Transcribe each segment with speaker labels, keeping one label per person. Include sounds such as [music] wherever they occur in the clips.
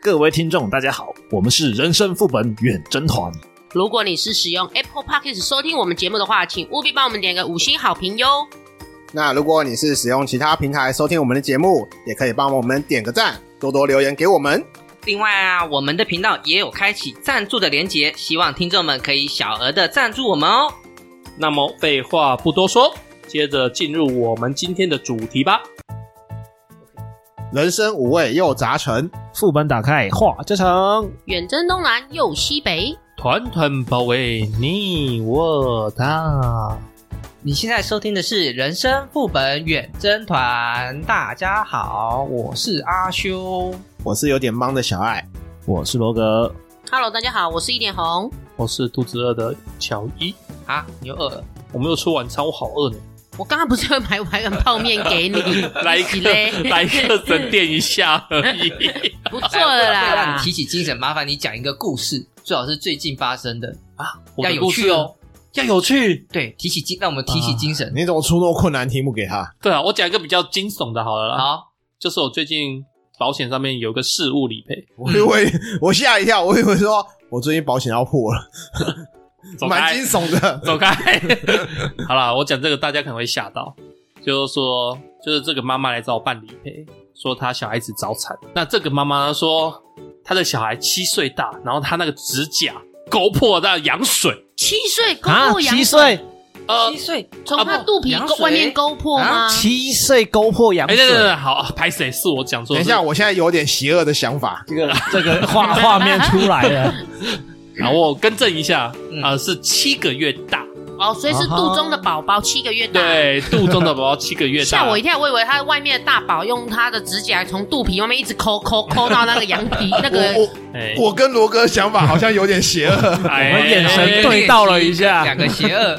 Speaker 1: 各位听众，大家好，我们是人生副本远征团。
Speaker 2: 如果你是使用 Apple Podcast 收听我们节目的话，请务必帮我们点个五星好评哟。
Speaker 3: 那如果你是使用其他平台收听我们的节目，也可以帮我们点个赞，多多留言给我们。
Speaker 4: 另外啊，我们的频道也有开启赞助的连结，希望听众们可以小额的赞助我们哦。
Speaker 5: 那么废话不多说，接着进入我们今天的主题吧。
Speaker 3: 人生五味又杂陈，
Speaker 1: 副本打开话家常，
Speaker 2: 远征东南又西北，
Speaker 5: 团团包围你我他。
Speaker 4: 你现在收听的是《人生副本远征团》，大家好，我是阿修。
Speaker 3: 我是有点忙的小爱。
Speaker 1: 我是罗格。
Speaker 2: Hello，大家好，我是一点红。
Speaker 5: 我是肚子饿的乔伊，
Speaker 4: 啊，你又饿了？
Speaker 5: 我没有吃晚餐，我好
Speaker 3: [laughs]
Speaker 5: 饿呢。，
Speaker 2: 我刚刚不是要买碗泡面给你
Speaker 5: [laughs] 来一
Speaker 2: 你
Speaker 5: 个
Speaker 2: 嘞，
Speaker 5: 来一个沉淀一下而已。
Speaker 2: 不错了
Speaker 4: 哎为了让
Speaker 2: 啦
Speaker 4: 你。提起精神，麻烦你讲一个故事，最好是最近发生的，
Speaker 5: 我
Speaker 4: 要
Speaker 5: 的
Speaker 4: 有
Speaker 5: 故
Speaker 4: 趣
Speaker 5: 事
Speaker 4: 哦。
Speaker 5: 要有趣。
Speaker 4: 对，提起精，让我们提起精神。
Speaker 3: 你怎么出那么困难题目给他？
Speaker 5: 对啊，我讲一个比较惊悚的，好了啦，
Speaker 4: 好，
Speaker 5: 就是我最近保险上面有个事物理赔，
Speaker 3: 我以为我吓一跳，我以为说我最近保险要破了，
Speaker 5: 走
Speaker 3: 蛮
Speaker 5: 开
Speaker 3: 惊悚的。
Speaker 5: 走开。 [laughs] 好啦，我讲这个大家可能会吓到，就是说，就是这个妈妈来找我办理赔，说她小孩子早产。那这个妈妈呢说，她的小孩七岁大，然后她那个指甲勾破到羊水，
Speaker 2: 七岁勾
Speaker 1: 啊，
Speaker 2: 破羊
Speaker 1: 七，岁，哦
Speaker 5: 呃
Speaker 4: 七，岁
Speaker 2: 从他肚皮
Speaker 4: 啊
Speaker 2: 勾
Speaker 4: 不羊水
Speaker 2: 外面勾破吗？
Speaker 1: 啊七岁勾破羊
Speaker 5: 哎，对
Speaker 1: 水。
Speaker 5: 对对，好，拍谁是我讲错。
Speaker 3: 等一下，我现在有点邪恶的想法。
Speaker 1: 这个这个画
Speaker 2: [laughs]
Speaker 1: 画面出来了，
Speaker 5: 然后我更正一下，啊、
Speaker 4: 嗯
Speaker 5: 是七个月大，
Speaker 2: 哦，所以是肚中的宝宝，七个月大。
Speaker 5: 对，肚中的宝宝七个月大。
Speaker 2: 吓我一跳，我以为他外面的大宝用他的指甲从肚皮外面一直抠 [laughs] 抠抠到那个羊 [laughs] 皮那个
Speaker 3: 我
Speaker 5: 哎
Speaker 3: 我我跟罗哥的想法好像有点邪
Speaker 5: [laughs]
Speaker 3: 恶。
Speaker 5: 哎
Speaker 1: 我们眼神对到了一下
Speaker 4: 两个邪恶，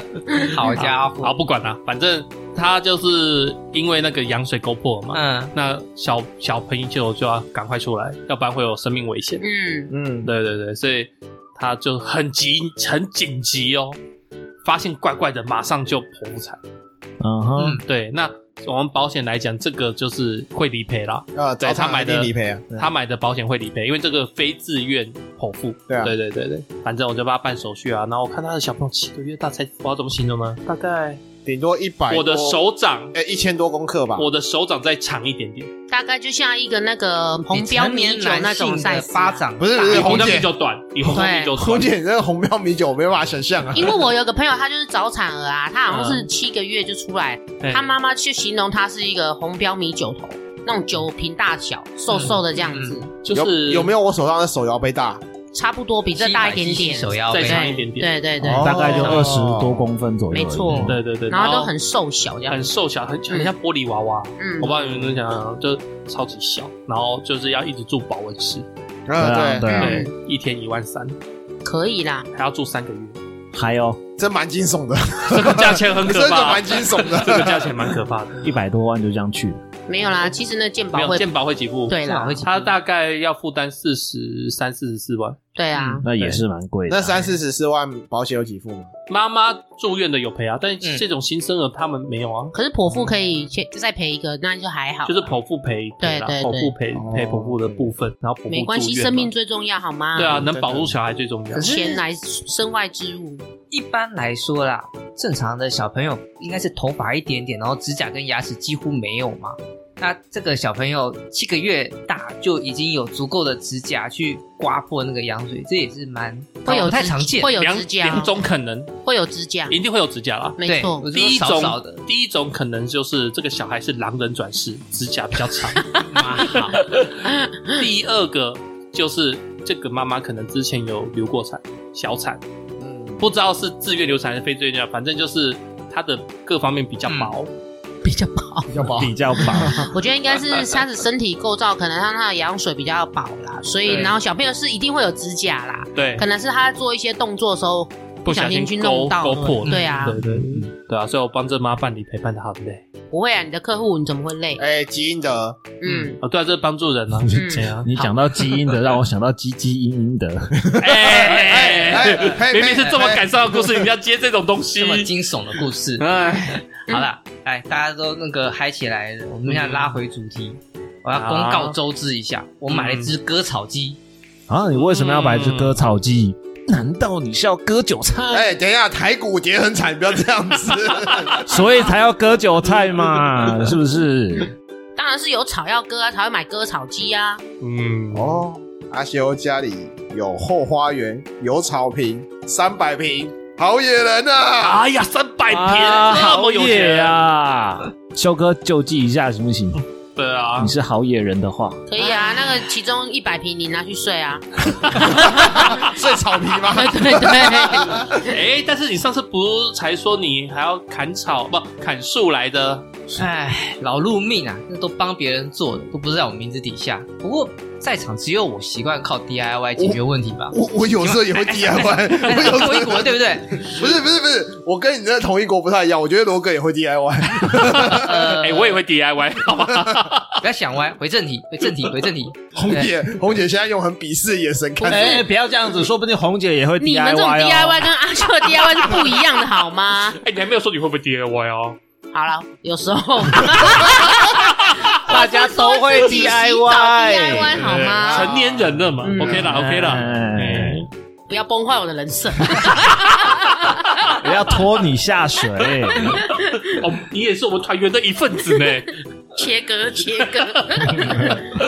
Speaker 4: 好家
Speaker 5: 好，
Speaker 4: 伙，
Speaker 5: 不管了，反正他就是因为那个羊水勾破了嘛，
Speaker 4: 嗯，
Speaker 5: 那小小朋友就就要赶快出来，要不然会有生命危险。
Speaker 2: 嗯，
Speaker 3: 嗯，
Speaker 5: 对对对，所以他就很急很紧急哦，发现怪怪的，马上就剖腹产。
Speaker 1: 嗯哼，
Speaker 5: 对，那我们保险来讲，这个就是会理赔啦，
Speaker 3: 啊，
Speaker 5: 对
Speaker 3: 找
Speaker 5: 他买的
Speaker 3: 理赔啊，对
Speaker 5: 他买的保险会理赔，因为这个非自愿剖腹。
Speaker 3: 对啊
Speaker 5: 对对对对，反正我就帮他办手续啊，然后我看他的小朋友七个月大才，我知道怎么形容呢？大概
Speaker 3: 顶多一百。
Speaker 5: 我的，手掌，
Speaker 3: 哎，一千多公克吧。
Speaker 5: 我的手掌再长一点点。
Speaker 2: 大概就像一个那个红标
Speaker 4: 比
Speaker 2: 米
Speaker 4: 成
Speaker 2: 酒
Speaker 4: 年
Speaker 2: 那
Speaker 4: 男
Speaker 2: 种
Speaker 4: 性
Speaker 2: size
Speaker 4: 的
Speaker 2: 啊
Speaker 4: 巴。掌
Speaker 3: 不是
Speaker 4: 大
Speaker 3: 不是
Speaker 5: 以
Speaker 3: 红
Speaker 5: 红
Speaker 3: 姐
Speaker 5: 米酒短，以红米酒
Speaker 3: 红
Speaker 5: 短。
Speaker 3: 姐，你这个红标米酒我没办法想象啊。
Speaker 2: 因为我有个朋友，他就是早产儿啊，他好像是七个月就出来，
Speaker 5: 哎
Speaker 2: 他妈妈去形容他是一个红标米酒头，那种酒瓶大小，瘦瘦的这样子，
Speaker 5: 就是
Speaker 3: 有有没
Speaker 5: 有
Speaker 3: 有我手上的手摇杯大？啊
Speaker 2: 差不多比这大一点点，
Speaker 4: 手腰
Speaker 5: 再
Speaker 4: 背
Speaker 5: 长一点
Speaker 2: 对
Speaker 5: 点？
Speaker 2: 对对，
Speaker 3: 哦
Speaker 1: 大概就二十多公分左右而已，
Speaker 2: 没错
Speaker 5: 对对对，
Speaker 2: 然后都很瘦小这样
Speaker 5: 很
Speaker 2: 子，
Speaker 5: 瘦小，很很像玻璃娃娃。
Speaker 2: 嗯
Speaker 5: 我不知道你们能想象，就是超级小，然后就是要一直住保温室，
Speaker 1: 啊
Speaker 3: 啊，
Speaker 1: 对
Speaker 3: 对，
Speaker 2: 嗯
Speaker 5: 对，一天一万三，
Speaker 2: 可以啦，
Speaker 5: 还要住三个月，
Speaker 1: 还有
Speaker 3: 真蛮惊悚的，
Speaker 5: 这个价钱很
Speaker 3: 真
Speaker 5: 可
Speaker 3: 的
Speaker 5: 怕啊
Speaker 3: 蛮，惊悚
Speaker 5: [laughs] 这个
Speaker 3: 的。
Speaker 5: 价钱蛮可怕的。
Speaker 1: 一百多万就这样去了，
Speaker 2: 没有啦，其实那健 [laughs]
Speaker 5: 没
Speaker 2: 保
Speaker 5: 有
Speaker 2: 会，
Speaker 5: 健保会给付，
Speaker 2: 对啦，
Speaker 5: 他大概要负担四十三、四十四万。嗯
Speaker 2: 对啊，
Speaker 1: 那也是蛮贵的。
Speaker 3: 那三四十四万保险有几付吗？
Speaker 5: 妈妈住院的有赔啊，但
Speaker 4: 嗯
Speaker 5: 这种新生儿他们没有啊，
Speaker 2: 可是剖腹可以先再赔一个，那就还好，
Speaker 5: 就是剖腹赔，
Speaker 2: 对
Speaker 5: 啦
Speaker 2: 对
Speaker 5: 剖腹赔
Speaker 3: 对
Speaker 5: 赔剖腹的部分，然后剖腹
Speaker 2: 没关系，
Speaker 5: 住院
Speaker 2: 生命
Speaker 5: 嘛
Speaker 2: 最重要，好吗？
Speaker 5: 对啊，
Speaker 3: 嗯
Speaker 5: 能
Speaker 3: 对
Speaker 5: 保住
Speaker 3: 对
Speaker 5: 小孩最重要
Speaker 4: 可。是
Speaker 2: 钱来身外之物，
Speaker 4: 一般来说啦，正常的小朋友应该是头发一点点，然后指甲跟牙齿几乎没有嘛。那这个小朋友七个月大就已经有足够的指甲去刮破那个羊水，这也是蛮
Speaker 2: 会有
Speaker 4: 不太
Speaker 2: 指
Speaker 4: 常见。
Speaker 2: 会有
Speaker 5: 两
Speaker 2: 指甲，
Speaker 5: 两种可能，
Speaker 2: 会有指甲，
Speaker 5: 一定会有指甲啦。
Speaker 2: 没
Speaker 4: 对，
Speaker 2: 错
Speaker 4: 我，是
Speaker 5: 第一
Speaker 4: 说
Speaker 5: 种
Speaker 4: 少少的，
Speaker 5: 第一种可能就是这个小孩是狼人转世，指甲比较长。
Speaker 4: 蛮好。
Speaker 5: 第二个就是这个妈妈可能之前有流过产，小产，
Speaker 3: 嗯，
Speaker 5: 不知道是自愿流产还是非自愿流产，反正就是她的各方面比较薄。
Speaker 2: 比较薄。
Speaker 3: 比较
Speaker 1: [laughs]
Speaker 3: 薄。
Speaker 1: 比较薄，
Speaker 2: 我觉得应该是它的身体构造，可能让它的羊水比较薄啦，所以
Speaker 5: 对
Speaker 2: 然后小朋友是一定会有指甲啦，
Speaker 5: 对
Speaker 2: 可，能是他做一些动作的时候
Speaker 5: 不
Speaker 2: 小
Speaker 5: 小心
Speaker 2: 去
Speaker 5: 勾
Speaker 2: 弄到
Speaker 5: 勾破
Speaker 2: 了，
Speaker 5: 的
Speaker 2: 对啊，
Speaker 5: 对对对对啊，所以我帮这妈办理陪伴她很累。
Speaker 2: 不会啊，你的客户你怎么会累？
Speaker 3: 哎，基因的，
Speaker 2: 嗯，
Speaker 5: 哦，对啊，这是帮助人啊。
Speaker 2: 嗯
Speaker 5: 对啊，
Speaker 1: 你讲到基因的，让我想到基基因因的，
Speaker 5: 哎
Speaker 3: 哎
Speaker 5: 哎 [laughs] 哎哎，
Speaker 3: 哎
Speaker 5: 明明是这么感伤的故事，你要接这种东西
Speaker 4: 这。么惊悚的故事，
Speaker 5: 哎，
Speaker 4: 好啦，来大家都那个嗨起来了，我们现在拉回主题。我要公告周知一下，我买了一只割草机。 [laughs]
Speaker 1: 啊，你为什么要买一只割草机？难道你是要割韭菜，
Speaker 3: 哎，等一下，台股跌很惨，不要这样子。 [laughs]
Speaker 1: 所以才要割韭菜 [laughs] 嘛？是不是？
Speaker 2: 当然是有草要割啊，才会买割草机啊。
Speaker 5: 嗯，
Speaker 3: 哦，阿修家里有后花园，有草坪，三百平，好野人啊！
Speaker 5: 哎呀，三百平，
Speaker 1: 啊
Speaker 5: 那么
Speaker 1: 好
Speaker 5: 有
Speaker 1: 野
Speaker 5: 钱！
Speaker 1: 啊！修哥救济一下行不行？
Speaker 5: 对啊
Speaker 1: 你，是好野人的话，
Speaker 2: 可以
Speaker 5: 哎
Speaker 2: 啊，那个其中一百瓶你拿去睡啊。
Speaker 3: 睡草皮吗？
Speaker 2: 对对对，
Speaker 5: [laughs] 哎，但是你上次不才说你还要砍草不砍树来的？
Speaker 4: 哎，劳碌命啊，那都帮别人做的，都不是在我名字底下。不过在场只有我习惯靠 DIY 解决问题吧。
Speaker 3: 我我有时候也会
Speaker 5: [laughs]
Speaker 3: DIY，我有时候
Speaker 4: 归国对不对？
Speaker 3: 不是不是不是，我跟你在同一国不太一样，我觉得罗哥也会 DIY。
Speaker 4: 呃，
Speaker 5: [laughs] 哎，我也会 DIY，好吧？
Speaker 4: 不要想歪，回正题，回正
Speaker 5: [laughs]
Speaker 4: 题，回正题。
Speaker 3: 红姐，红姐现在用很鄙视的眼神看着
Speaker 1: 哎，
Speaker 3: 我，
Speaker 1: 不要这样子，说不定红姐 [laughs] 也会 DIY
Speaker 2: 你们这种
Speaker 1: 哦
Speaker 2: DIY 跟阿秀的 DIY 是不一样的，好吗？
Speaker 5: 哎，你还没有说你会不会 DIY 哦？
Speaker 2: 好了，有时候
Speaker 1: 大家都会
Speaker 2: 自己洗澡 DIY 好
Speaker 3: 啊
Speaker 5: 对
Speaker 2: 吗？
Speaker 5: 哎成年人了嘛
Speaker 2: 嗯
Speaker 5: ，OK 啦，OK 啦。哎
Speaker 1: 啊哎
Speaker 2: 不要崩坏我的人设。
Speaker 1: 哎
Speaker 2: [laughs]
Speaker 1: 不要拖你下水。
Speaker 5: 哦，你也是我们团员的一份子呢。
Speaker 2: 切割切割，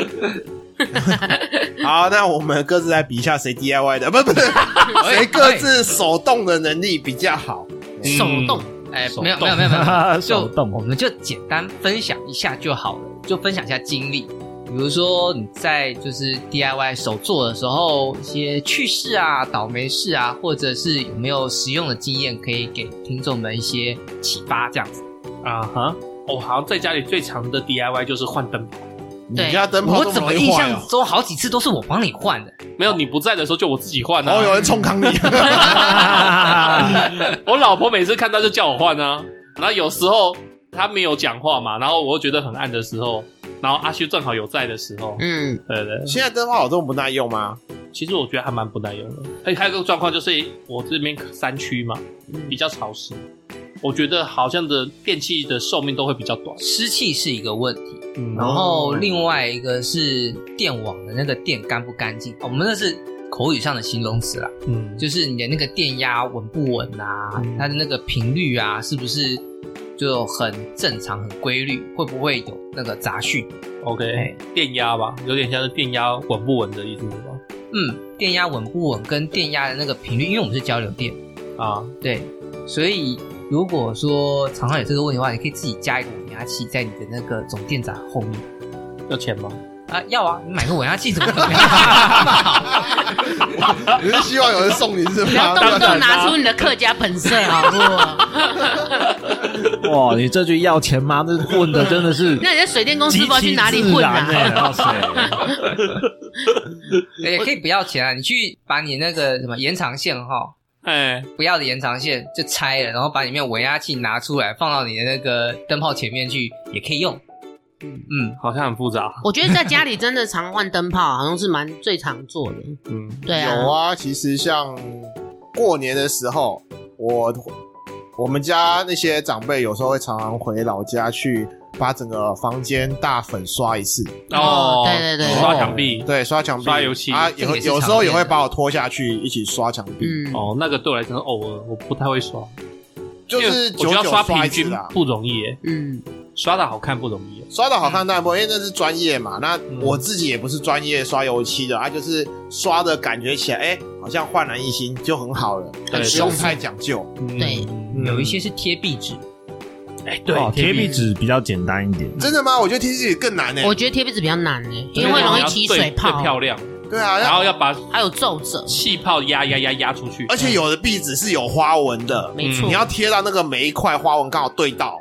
Speaker 3: [laughs] 好，那我们各自来比一下谁 DIY 的，不
Speaker 4: [laughs]
Speaker 3: 不是，谁各自手动的能力比较好。
Speaker 2: 手动。
Speaker 4: 哎，
Speaker 5: 手
Speaker 4: 没有
Speaker 5: 动
Speaker 4: 没有没有
Speaker 5: [laughs]
Speaker 4: 没有，
Speaker 1: 手
Speaker 4: 就
Speaker 1: 动
Speaker 4: 我们就简单分享一下就好了，就分享一下经历。比如说你在就是 DIY 手做的时候，一些趣事啊、倒霉事啊，或者是有没有实用的经验，可以给听众们一些启发，这样子。
Speaker 5: 啊哈。哦，好像在家里最长的 DIY 就是换灯泡。
Speaker 3: 你
Speaker 2: 对
Speaker 3: 家灯泡
Speaker 4: 我
Speaker 3: 这
Speaker 4: 怎么
Speaker 3: 容易
Speaker 4: 印
Speaker 3: 坏
Speaker 4: 象
Speaker 3: 哦？
Speaker 4: 中好几次都是我帮你换的？
Speaker 5: 没有你不在的时候就我自己换
Speaker 3: 哦，有
Speaker 5: 啊。
Speaker 3: 人冲
Speaker 4: [laughs]
Speaker 3: 康你，
Speaker 5: 我老婆每次看到就叫我换啊。然后有时候她没有讲话嘛，然后我又觉得很暗的时候，然后阿修正好有在的时候，
Speaker 2: 嗯，
Speaker 5: 对对。
Speaker 3: 现在灯泡有这么不耐用吗？
Speaker 5: 其实我觉得还蛮不耐用的。而且还有一个状况就是，我这边山区嘛，比较潮湿，我觉得好像的电器的寿命都会比较短。
Speaker 4: 湿气是一个问题，
Speaker 5: 嗯
Speaker 4: 然后另外一个是电网的那个电干不干净，哦我们那是口语上的形容词啦。
Speaker 5: 嗯
Speaker 4: 就是你的那个电压稳不稳啊，
Speaker 5: 嗯
Speaker 4: 它的那个频率啊，是不是就很正常、很规律？会不会有那个杂讯？
Speaker 5: OK，电
Speaker 2: 哎
Speaker 5: 压吧，有点像是电压稳不稳的意思是吧？
Speaker 4: 嗯，电压稳不稳跟电压的那个频率，因为我们是交流电，
Speaker 5: 啊，
Speaker 4: 对，所以如果说常常有这个问题的话，你可以自己加一个稳压器在你的那个总电闸后面
Speaker 5: 要钱吗？
Speaker 4: 啊。要啊，你买个稳压器怎么可能没有？
Speaker 3: [laughs] 你是希望有人送你是
Speaker 2: 不要
Speaker 3: 吗？
Speaker 2: 动不动拿出你的客家本色，好不好？
Speaker 1: [laughs] 哇，你这句要钱吗？这混的真的
Speaker 2: [laughs]
Speaker 1: 是
Speaker 2: 那你在水电公司不知道去哪里混
Speaker 1: 极其自
Speaker 2: 啊？
Speaker 1: 然欸哇塞！
Speaker 4: 也可以不要钱啊，你去把你那个什么延长线哈，
Speaker 5: 哎，
Speaker 4: 不要的延长线就拆了，然后把里面稳压器拿出来，放到你的那个灯泡前面去，也可以用。嗯，
Speaker 5: 好像很复杂。
Speaker 2: 我觉得在家里真的常换灯泡，好像是蛮最常做的。
Speaker 5: 嗯，
Speaker 2: 对啊，
Speaker 3: 有啊，其实像过年的时候，我我们家那些长辈有时候会常常回老家去，把整个房间大粉刷一次，
Speaker 2: 哦对对对
Speaker 5: 刷墙壁。
Speaker 3: 对，刷墙壁、
Speaker 5: 刷油漆
Speaker 3: 啊，也
Speaker 4: 这个
Speaker 3: 会
Speaker 4: 也是
Speaker 3: 有时
Speaker 4: 常
Speaker 3: 候
Speaker 4: 见
Speaker 3: 也
Speaker 4: 的
Speaker 3: 会把我拖下去一起刷墙壁，
Speaker 2: 嗯，
Speaker 5: 哦，那个对我来讲是偶尔，我不太会刷，
Speaker 3: 就
Speaker 5: 因为
Speaker 3: 是
Speaker 5: 我觉
Speaker 3: 久
Speaker 5: 得要
Speaker 3: 久
Speaker 5: 刷
Speaker 3: 一
Speaker 5: 平
Speaker 3: 次啊
Speaker 5: 均
Speaker 3: 啦。
Speaker 5: 不容易耶，
Speaker 2: 嗯，
Speaker 5: 刷的好看不容易耶。
Speaker 3: 刷的好看但不，因为那是专业嘛。那
Speaker 5: 嗯
Speaker 3: 我自己也不是专业刷油漆的，啊，就是刷的感觉起来，哎、好像焕然一新就很好了，
Speaker 5: 对
Speaker 3: 但不用太讲究。
Speaker 5: 嗯
Speaker 2: 对
Speaker 5: 嗯
Speaker 4: 有一些是贴壁纸，
Speaker 5: 哎，
Speaker 1: 哦
Speaker 5: 对，
Speaker 1: 贴壁
Speaker 5: 壁
Speaker 1: 纸比较简单一点。
Speaker 3: 真的吗？我觉得 T 恤更难欸呢、
Speaker 2: 我觉得贴壁纸比较难诶，
Speaker 5: 对
Speaker 2: 因
Speaker 5: 啊
Speaker 2: 为会容易起水
Speaker 5: 要最最漂
Speaker 2: 泡，
Speaker 5: 亮，
Speaker 3: 对啊，
Speaker 5: 然
Speaker 3: 要
Speaker 5: 后要把
Speaker 2: 还有皱褶，
Speaker 5: 气泡压压压压出去。
Speaker 3: 而且有的壁纸是有花纹的，
Speaker 5: 嗯
Speaker 2: 没错。
Speaker 3: 你要贴到那个每一块花纹刚好对到，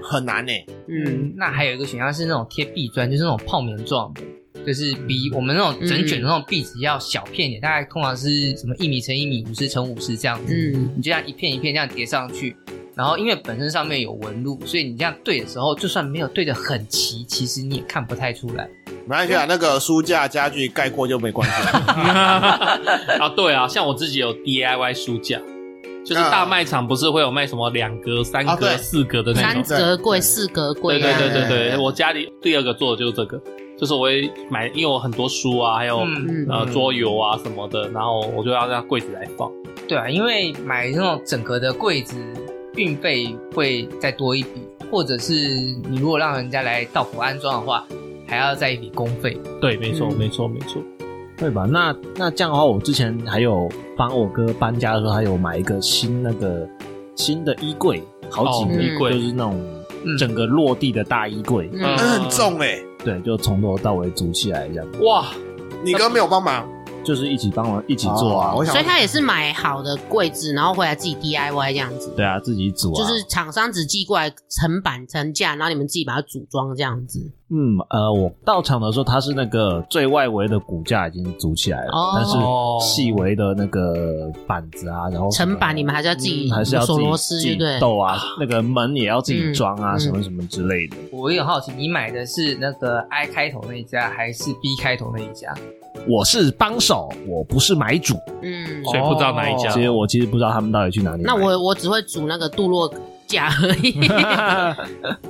Speaker 3: 很难欸呢、
Speaker 2: 嗯，
Speaker 4: 那还有一个选项是那种贴壁砖，就是那种泡棉状的，就是比我们那种整卷的那种壁纸要小片一点，大概通常是什么一米乘一米，五十乘五十这样子。
Speaker 2: 嗯
Speaker 4: 你就这样一片一片这样叠上去，然后因为本身上面有纹路，所以你这样对的时候，就算没有对的很齐，其实你也看不太出来。
Speaker 3: 没关系啊，那个书架家具盖过就没关系
Speaker 5: [laughs]
Speaker 3: 了。
Speaker 5: 啊，对啊，像我自己有 DIY 书架，就是大卖场不是会有卖什么两格、三
Speaker 3: 啊
Speaker 5: 格、
Speaker 3: 对
Speaker 5: 四格的那
Speaker 2: 三
Speaker 5: 种。
Speaker 2: 格柜、四格柜
Speaker 5: 对
Speaker 2: 啊，
Speaker 5: 对对对
Speaker 3: 对
Speaker 5: 对，我家里第二个做的就是这个，就是我会买，因为我很多书啊，还有、
Speaker 4: 嗯，
Speaker 2: 嗯，
Speaker 5: 呃
Speaker 4: 嗯
Speaker 5: 桌游啊什么的，然后我就要让柜子来放。
Speaker 4: 对啊，因为买那种整个的柜子，运费会再多一笔，或者是你如果让人家来到府安装的话，还要再一笔工费。
Speaker 5: 对，没错，
Speaker 2: 嗯
Speaker 5: 没错，没错。
Speaker 1: 对吧？那那这样的话，我之前还有帮我哥搬家的时候，还有买一个新那个新的衣柜，好几
Speaker 2: 哦
Speaker 1: 个
Speaker 2: 衣
Speaker 5: 柜
Speaker 1: 就是那种
Speaker 4: 嗯
Speaker 1: 整个落地的大衣柜，
Speaker 2: 嗯
Speaker 5: 嗯
Speaker 3: 那很重哎、
Speaker 1: 对，就从头到尾组起来这样，
Speaker 5: 哇，
Speaker 3: 你哥没有帮忙
Speaker 1: 就是一起帮忙一起做啊
Speaker 3: 哦，我想
Speaker 2: 所以他也是买好的柜子，然后回来自己 DIY 这样子。
Speaker 1: 对啊，自己组啊，
Speaker 2: 就是厂商只寄过来成板成架，然后你们自己把它组装这样子。
Speaker 1: 嗯呃，我到场的时候，它是那个最外围的骨架已经组起来了，
Speaker 2: 哦
Speaker 1: 但
Speaker 3: 嗯
Speaker 1: 是细微的那个板子啊，然后什么
Speaker 2: 成板你们还是要自己
Speaker 1: 嗯还是要自
Speaker 2: 锁
Speaker 1: 己
Speaker 2: 螺丝，
Speaker 1: 自
Speaker 2: 对
Speaker 1: 己
Speaker 2: 不对？
Speaker 1: 斗啊，那个门也要自己
Speaker 2: 嗯
Speaker 1: 装啊，
Speaker 2: 嗯
Speaker 1: 什么什么之类的。
Speaker 4: 我有点好奇，你买的是那个 I 开头那一家，还是 B 开头那一家？
Speaker 1: 我是帮手，我不是买主，哦
Speaker 2: 嗯，
Speaker 5: 所以不知道哪一家
Speaker 1: 其实我其实不知道他们到底去哪里买。
Speaker 2: 那我我只会组那个镀铬架而已。
Speaker 5: 哦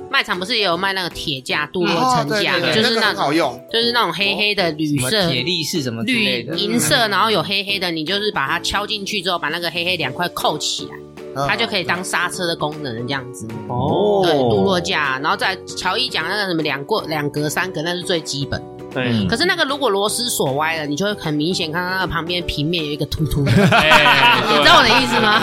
Speaker 2: 卖场不是也有卖那个铁架、镀铬
Speaker 3: 哦
Speaker 2: 层
Speaker 3: 对
Speaker 2: 架，
Speaker 3: 对对，
Speaker 2: 啊就
Speaker 3: 那
Speaker 2: 是
Speaker 3: 个
Speaker 2: 那
Speaker 3: 很好
Speaker 2: 种
Speaker 3: 用，
Speaker 2: 就是那种黑黑的铝
Speaker 4: 什么
Speaker 2: 色。
Speaker 4: 铁力士什么之
Speaker 2: 绿
Speaker 4: 类的？
Speaker 2: 银色，然后有黑黑的，你就是把它敲进去之后，把那个黑黑两块扣起来，它就可以当刹车的功能这样子。
Speaker 3: 嗯
Speaker 5: 哦
Speaker 2: 对，镀铬架，然后再乔伊讲那个什么两过两格三格，那是最基
Speaker 5: 嗯
Speaker 2: 本。
Speaker 5: [laughs] 对，
Speaker 2: 可是那个如果螺丝锁歪了，你就会很明显看到那个旁边平面有一个凸
Speaker 5: [laughs]
Speaker 2: 凸的，
Speaker 5: 哎
Speaker 2: 你知道我的意思吗？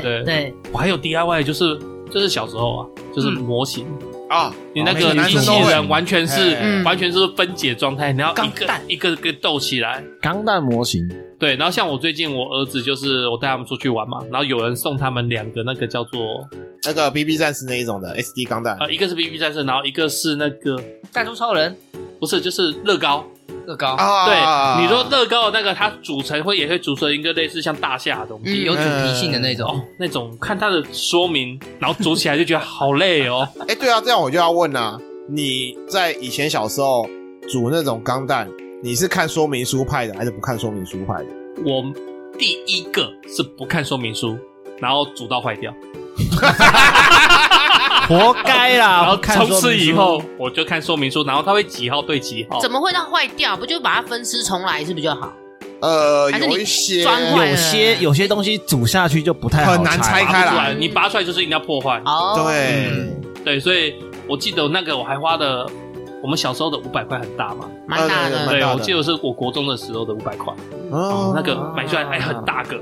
Speaker 2: 对
Speaker 5: 对对，我还有 DIY，就是就是小时候啊，就是
Speaker 4: 嗯
Speaker 5: 模型，
Speaker 3: 啊，
Speaker 5: 你那
Speaker 3: 每
Speaker 5: 哦个
Speaker 3: 男
Speaker 5: 机
Speaker 3: 生
Speaker 5: 器
Speaker 3: 都会
Speaker 5: 人完全是
Speaker 2: 嗯
Speaker 5: 完全是分解状态，你要一个一个个斗起来。
Speaker 1: 钢弹模
Speaker 5: [laughs]
Speaker 1: 型，
Speaker 5: 对，然后像我最近我儿子就是我带他们出去玩嘛，然后有人送他们两个那个叫做
Speaker 3: 那个 BB 战士那一种的 SD 钢弹，
Speaker 5: 呃，一个是 BB 战士，然后一个是那个
Speaker 4: 嗯弹珠超人
Speaker 5: 不是就是乐高。
Speaker 4: 乐高，
Speaker 3: 啊
Speaker 5: 对，你说乐高的那个它组成会也会组成一个类似像大厦的东西。
Speaker 2: 嗯
Speaker 4: 有主题性的那种。
Speaker 5: 哦那种看它的说明，然后组起来就觉得好累哦。
Speaker 3: [laughs] 哎、对啊，这样我就要问啦、你在以前小时候煮那种钢蛋，你是看说明书派的，还是不看说明书派的？
Speaker 5: 我第一个是不看说明书，然后煮到坏掉，
Speaker 3: 哦
Speaker 1: 活该啦！
Speaker 5: 然后
Speaker 1: 不看说
Speaker 5: 从
Speaker 1: 明书
Speaker 5: 此以后，我就看说明书，然后它会几号对几号。
Speaker 2: 怎么会让坏掉？不就把它分尸重来是不是就好？
Speaker 3: 呃，
Speaker 2: 还是你
Speaker 3: 有一些
Speaker 2: 装坏了
Speaker 1: 有些有些东西煮下去就不太好
Speaker 3: 很难拆
Speaker 5: 哦拔
Speaker 3: 开
Speaker 5: 不出
Speaker 3: 来，
Speaker 5: 来？你拔出来就是一定要破坏。
Speaker 2: 哦，，
Speaker 3: 对，
Speaker 1: 嗯
Speaker 5: 对，所以我记得那个我还花的，我们小时候的五百块很大嘛。
Speaker 2: 蛮大
Speaker 3: 蛮
Speaker 2: 的。
Speaker 5: 对，
Speaker 3: 大的
Speaker 5: 我记得是我国中的时候的五百块，
Speaker 3: 哦
Speaker 5: 那个买出来还很大个。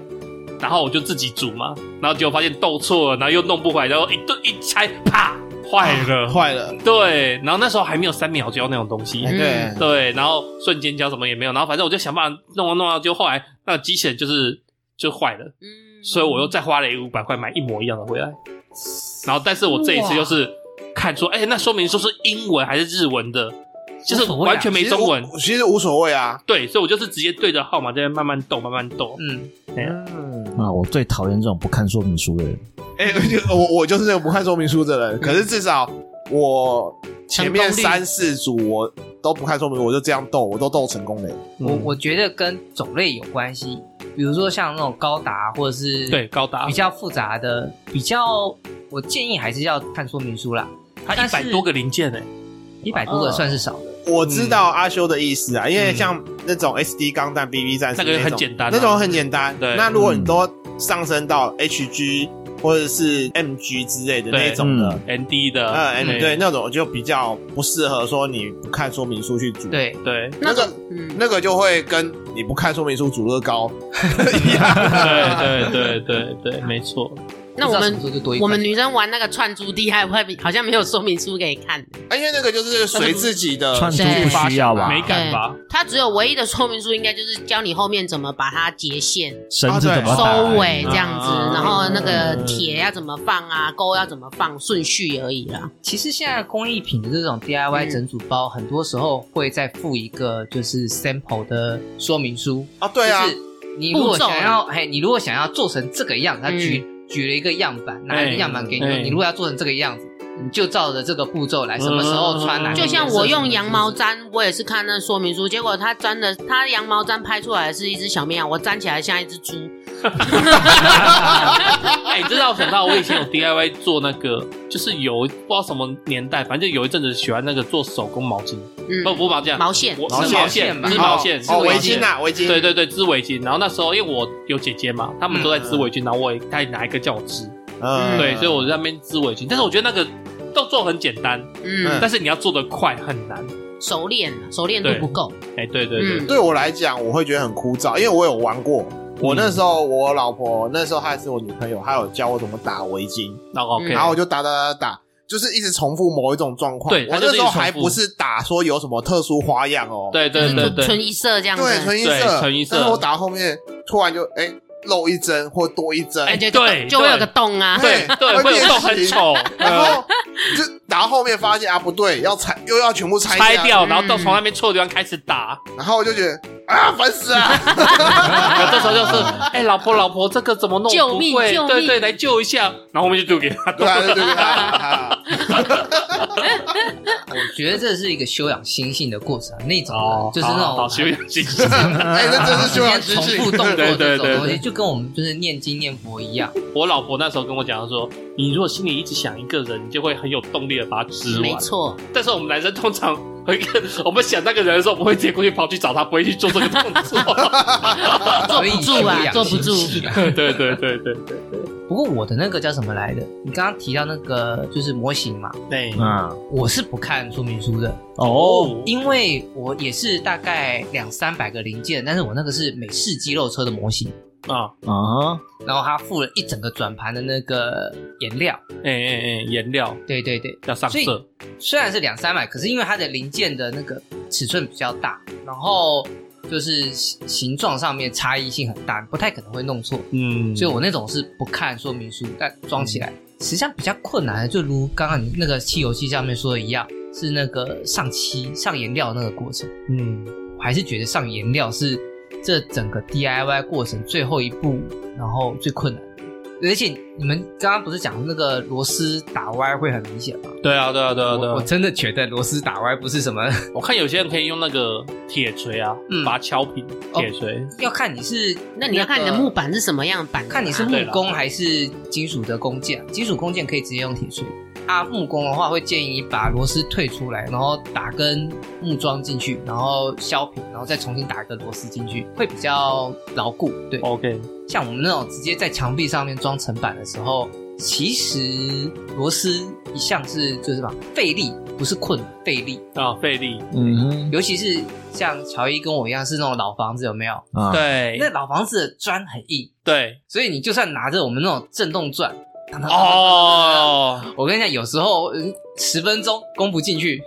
Speaker 5: 然后我就自己煮嘛，然后结果发现斗错了，然后又弄不回来，然后一顿一拆，啪，坏了。
Speaker 3: 哦坏了，
Speaker 5: 对，然后那时候还没有三秒胶那种东西，
Speaker 3: 哎对，
Speaker 5: 对，然后瞬间胶什么也没有，然后反正我就想办法弄啊弄啊，就后来那个机器人就是就坏了，
Speaker 2: 嗯
Speaker 5: 所以我又再花了五百块买一模一样的回来。然后，但是我这一次就是看说，哎、那说明书是英文还是日文的，就是
Speaker 4: 无所谓啊
Speaker 5: 完全没中文
Speaker 3: 其。实无其实无所谓啊。
Speaker 5: 对，所以我就是直接对着号码在那边慢慢斗，慢慢斗。
Speaker 4: 嗯，
Speaker 3: 嗯，
Speaker 1: 啊！我最讨厌这种不看说明书的人。
Speaker 3: 哎、我就我我就是那个不看说明书的人，可是至少我前面
Speaker 2: 成功率
Speaker 3: 三四组我都不看说明，我就这样斗，我都斗成功了。
Speaker 4: 我
Speaker 5: 嗯
Speaker 4: 我觉得跟种类有关系，比如说像那种高达或者是
Speaker 5: 对高达
Speaker 4: 比，较复杂的，比较我建议还是要看说明书啦，
Speaker 5: 它
Speaker 4: 但
Speaker 5: 一
Speaker 4: 是
Speaker 5: 百多个零件欸呢、
Speaker 4: 一百多个算是少的。
Speaker 2: 哦
Speaker 3: 我知
Speaker 5: 嗯
Speaker 3: 道阿修的意思啊，因为像那种 SD 钢弹、BB 战士
Speaker 5: 那个
Speaker 3: 种
Speaker 5: 很简单啊
Speaker 3: 那种很简单。
Speaker 5: 对嗯
Speaker 3: 那如果你都上升到 HG 或者是 MG 之类的
Speaker 5: 对嗯
Speaker 3: 那种
Speaker 1: 嗯
Speaker 3: 的，
Speaker 5: n d 的，
Speaker 3: 呃，M
Speaker 5: 嗯
Speaker 3: 对那种就比较不适合说你不看说明书去煮。，
Speaker 4: 对，
Speaker 3: [laughs]
Speaker 5: 对
Speaker 2: 那个
Speaker 3: 那个
Speaker 2: 嗯，
Speaker 3: 那个就会跟你不看说明书煮乐高一样。
Speaker 5: 对对对对对，没错。
Speaker 2: 那
Speaker 4: 不
Speaker 2: 我
Speaker 4: 知道什么时
Speaker 2: 们
Speaker 4: 候就多一款
Speaker 2: 我们女生玩那个串珠地还会好像没有说明书给看，
Speaker 3: 啊对，因为那个就是随自己的
Speaker 1: 串珠
Speaker 2: 不
Speaker 1: 需要吧
Speaker 5: 呃没感吧？
Speaker 2: 它只有唯一的说明书应该就是教你后面怎么把它结线、
Speaker 1: 绳子怎么打
Speaker 2: 收尾这样子，
Speaker 4: 嗯
Speaker 5: 啊
Speaker 2: 然后那个铁要怎么放啊，钩要怎么放，顺序而已啦。
Speaker 4: 其实现在工艺品的这种 DIY
Speaker 2: 嗯
Speaker 4: 整组包，很多时候会再附一个就是 sample 的说明书。
Speaker 3: 啊，对啊
Speaker 4: 就，是你如果
Speaker 2: 步骤
Speaker 4: 想要，哎，你如果想要做成这个样，他
Speaker 2: 嗯
Speaker 4: 举、举了一个样板，拿一个样板给你，
Speaker 5: 哎
Speaker 4: 你如果要做成这个样子，你就照着这个步骤来，什么时候穿哪个
Speaker 2: 就
Speaker 4: 颜色
Speaker 2: 像我用
Speaker 4: 什么
Speaker 2: 羊毛毡，我也是看那说明书，结果它粘的，它羊毛毡拍出来是一只小绵羊，我粘起来像一只猪，
Speaker 5: [laughs] 哎、你知道我想到我以前有 DIY 做那个，就是有不知道什么年代，反正有一阵子喜欢那个做手工毛巾，不
Speaker 2: 嗯，
Speaker 5: 不毛巾，啊
Speaker 2: 毛线
Speaker 5: 哦我
Speaker 3: 毛
Speaker 5: 是
Speaker 3: 线
Speaker 5: 毛线，
Speaker 4: 嘛
Speaker 5: 织毛线，织
Speaker 3: 哦，
Speaker 5: 毛
Speaker 3: 围
Speaker 5: 线
Speaker 3: 巾啊，围巾，
Speaker 5: 对对对，织围巾。然后那时候因为我有姐姐嘛，她们都在织围巾，然后我也她也拿一个叫我织，
Speaker 3: 嗯，
Speaker 5: 对，所以我在那边织围巾。但是我觉得那个动作很简单，
Speaker 2: 嗯，
Speaker 5: 但是你要做得快很难。
Speaker 2: 熟练了，熟练度
Speaker 5: 对
Speaker 2: 不够，
Speaker 5: 哎、对对对，
Speaker 2: 嗯
Speaker 3: 对我来讲，我会觉得很枯燥，因为我有玩过。我那时
Speaker 5: 嗯
Speaker 3: 候，我老婆那时候她还是我女朋友，她有教我怎么打围巾，
Speaker 5: 那哦 OK，、
Speaker 2: 嗯
Speaker 3: 然后我就打打打打，就是一直重复某一种状况。
Speaker 5: 对
Speaker 3: 我
Speaker 5: 她就
Speaker 3: 那
Speaker 5: 是一
Speaker 3: 时
Speaker 5: 直
Speaker 3: 候还
Speaker 5: 重复
Speaker 3: 不是打说有什么特殊花样哦，
Speaker 5: 对对对
Speaker 2: 嗯纯
Speaker 5: 对，
Speaker 2: 纯一色这样子，
Speaker 3: 对，纯银
Speaker 5: 对
Speaker 3: 色，
Speaker 5: 纯银色
Speaker 3: 但是我打到后面突然就哎漏一针或多一针，
Speaker 2: 哎，就
Speaker 5: 对
Speaker 2: 就会有
Speaker 5: 对
Speaker 2: 个洞啊，
Speaker 5: 对对，
Speaker 3: 会
Speaker 5: 会有
Speaker 3: 变
Speaker 5: 动很
Speaker 3: 形
Speaker 5: 丑，
Speaker 3: 然
Speaker 5: 呃 [laughs]
Speaker 3: 后就打到后面发现啊不对，要拆又要全部拆
Speaker 5: 拆掉，
Speaker 2: 嗯
Speaker 5: 然后到从那边错的地方开始打。
Speaker 3: 然后我就觉得啊烦死
Speaker 5: [laughs]
Speaker 3: 了，
Speaker 5: 然后这时候就是，哎，老婆老婆，这个怎么弄？
Speaker 2: 救命
Speaker 5: 不会
Speaker 2: 救命
Speaker 5: 对对，来救一下。然后我们就丢给 [laughs] 他。
Speaker 3: 对啊对对对
Speaker 5: [laughs]
Speaker 3: 啊，
Speaker 4: 我觉得这是一个修养心性的过程，那种的
Speaker 5: 哦，
Speaker 4: 就是那
Speaker 5: [laughs] 好好
Speaker 4: 种
Speaker 5: 修养心。
Speaker 3: 哎那真是修养心
Speaker 4: 重
Speaker 3: 性
Speaker 4: 复动作
Speaker 5: 对对
Speaker 4: 这
Speaker 5: 对
Speaker 4: 种东
Speaker 5: 对
Speaker 4: 西，就跟我们就是念经念佛一样。
Speaker 5: 我老婆那时候跟我讲说，你如果心里一直想一个人，你就会很有动力的把它织
Speaker 2: 没
Speaker 5: 完。
Speaker 2: 错，
Speaker 5: 但是我们男生通常会跟 [laughs] 我们想那个人的时候，我们会直接过去跑去找他，不会去做这个动 [laughs] 作。
Speaker 2: 坐不
Speaker 4: 所以
Speaker 2: 住
Speaker 4: 修
Speaker 2: 啊，
Speaker 4: 养
Speaker 2: 坐不住，
Speaker 4: 心性啊
Speaker 5: 对对对对对对
Speaker 4: 不过我的那个叫什么来的？你刚刚提到那个就是模型嘛，
Speaker 5: 对。
Speaker 1: 啊，
Speaker 4: 我是不看说明书的，
Speaker 1: 哦，
Speaker 4: 因为我也是大概两三百个零件，但是我那个是美式肌肉车的模型，
Speaker 5: 啊，
Speaker 1: 啊，
Speaker 4: 然后它附了一整个转盘的那个颜料。
Speaker 5: 哎哎哎，颜料
Speaker 4: 对对对，
Speaker 5: 要上
Speaker 4: 所
Speaker 5: 色
Speaker 4: 以，虽然是两三百，可是因为它的零件的那个尺寸比较大，然后就是形形状上面差异性很大，不太可能会弄错。
Speaker 5: 嗯，
Speaker 4: 所以我那种是不看说明书，但装起来实际上比较困难的，就如刚刚你那个漆油漆上面说的一样，是那个上漆上颜料那个过程。
Speaker 5: 嗯，
Speaker 4: 我还是觉得上颜料是这整个 DIY 过程最后一步，然后最困难的。而且你们刚刚不是讲那个螺丝打歪会很明显吗？
Speaker 5: 对啊对啊对啊对
Speaker 4: 我我
Speaker 5: 啊，
Speaker 4: 真的觉得螺丝打歪不是什么，
Speaker 5: 我看有些人可以用那个铁锤啊，
Speaker 4: 嗯
Speaker 5: 把它敲平，
Speaker 4: 哦
Speaker 5: 铁锤，
Speaker 4: 要看你 [laughs] 是
Speaker 2: 那你要看你的
Speaker 4: 个
Speaker 2: 木，板是什么样板的啊，
Speaker 4: 看你是木
Speaker 5: 对啦
Speaker 4: 工还是金属的工件。啊金属工件可以直接用铁锤，啊，木工的话会建议你把螺丝退出来，然后打根木桩进去，然后削平，然后再重新打一个螺丝进去，会比较牢固。对，
Speaker 5: OK，
Speaker 4: 像我们那种直接在墙壁上面装层板的时候，其实螺丝一向是就是什么费力，不是困难费力。
Speaker 5: 啊，费力，
Speaker 1: 嗯哼，
Speaker 4: 尤其是像乔伊跟我一样是那种老房子，有没有？
Speaker 1: 啊， [laughs]
Speaker 5: 对
Speaker 4: 那老房子的砖很硬，
Speaker 5: 对，
Speaker 4: 所以你就算拿着我们那种震动钻，
Speaker 5: 哦，
Speaker 4: 我跟你讲，有时候十分钟攻不进去，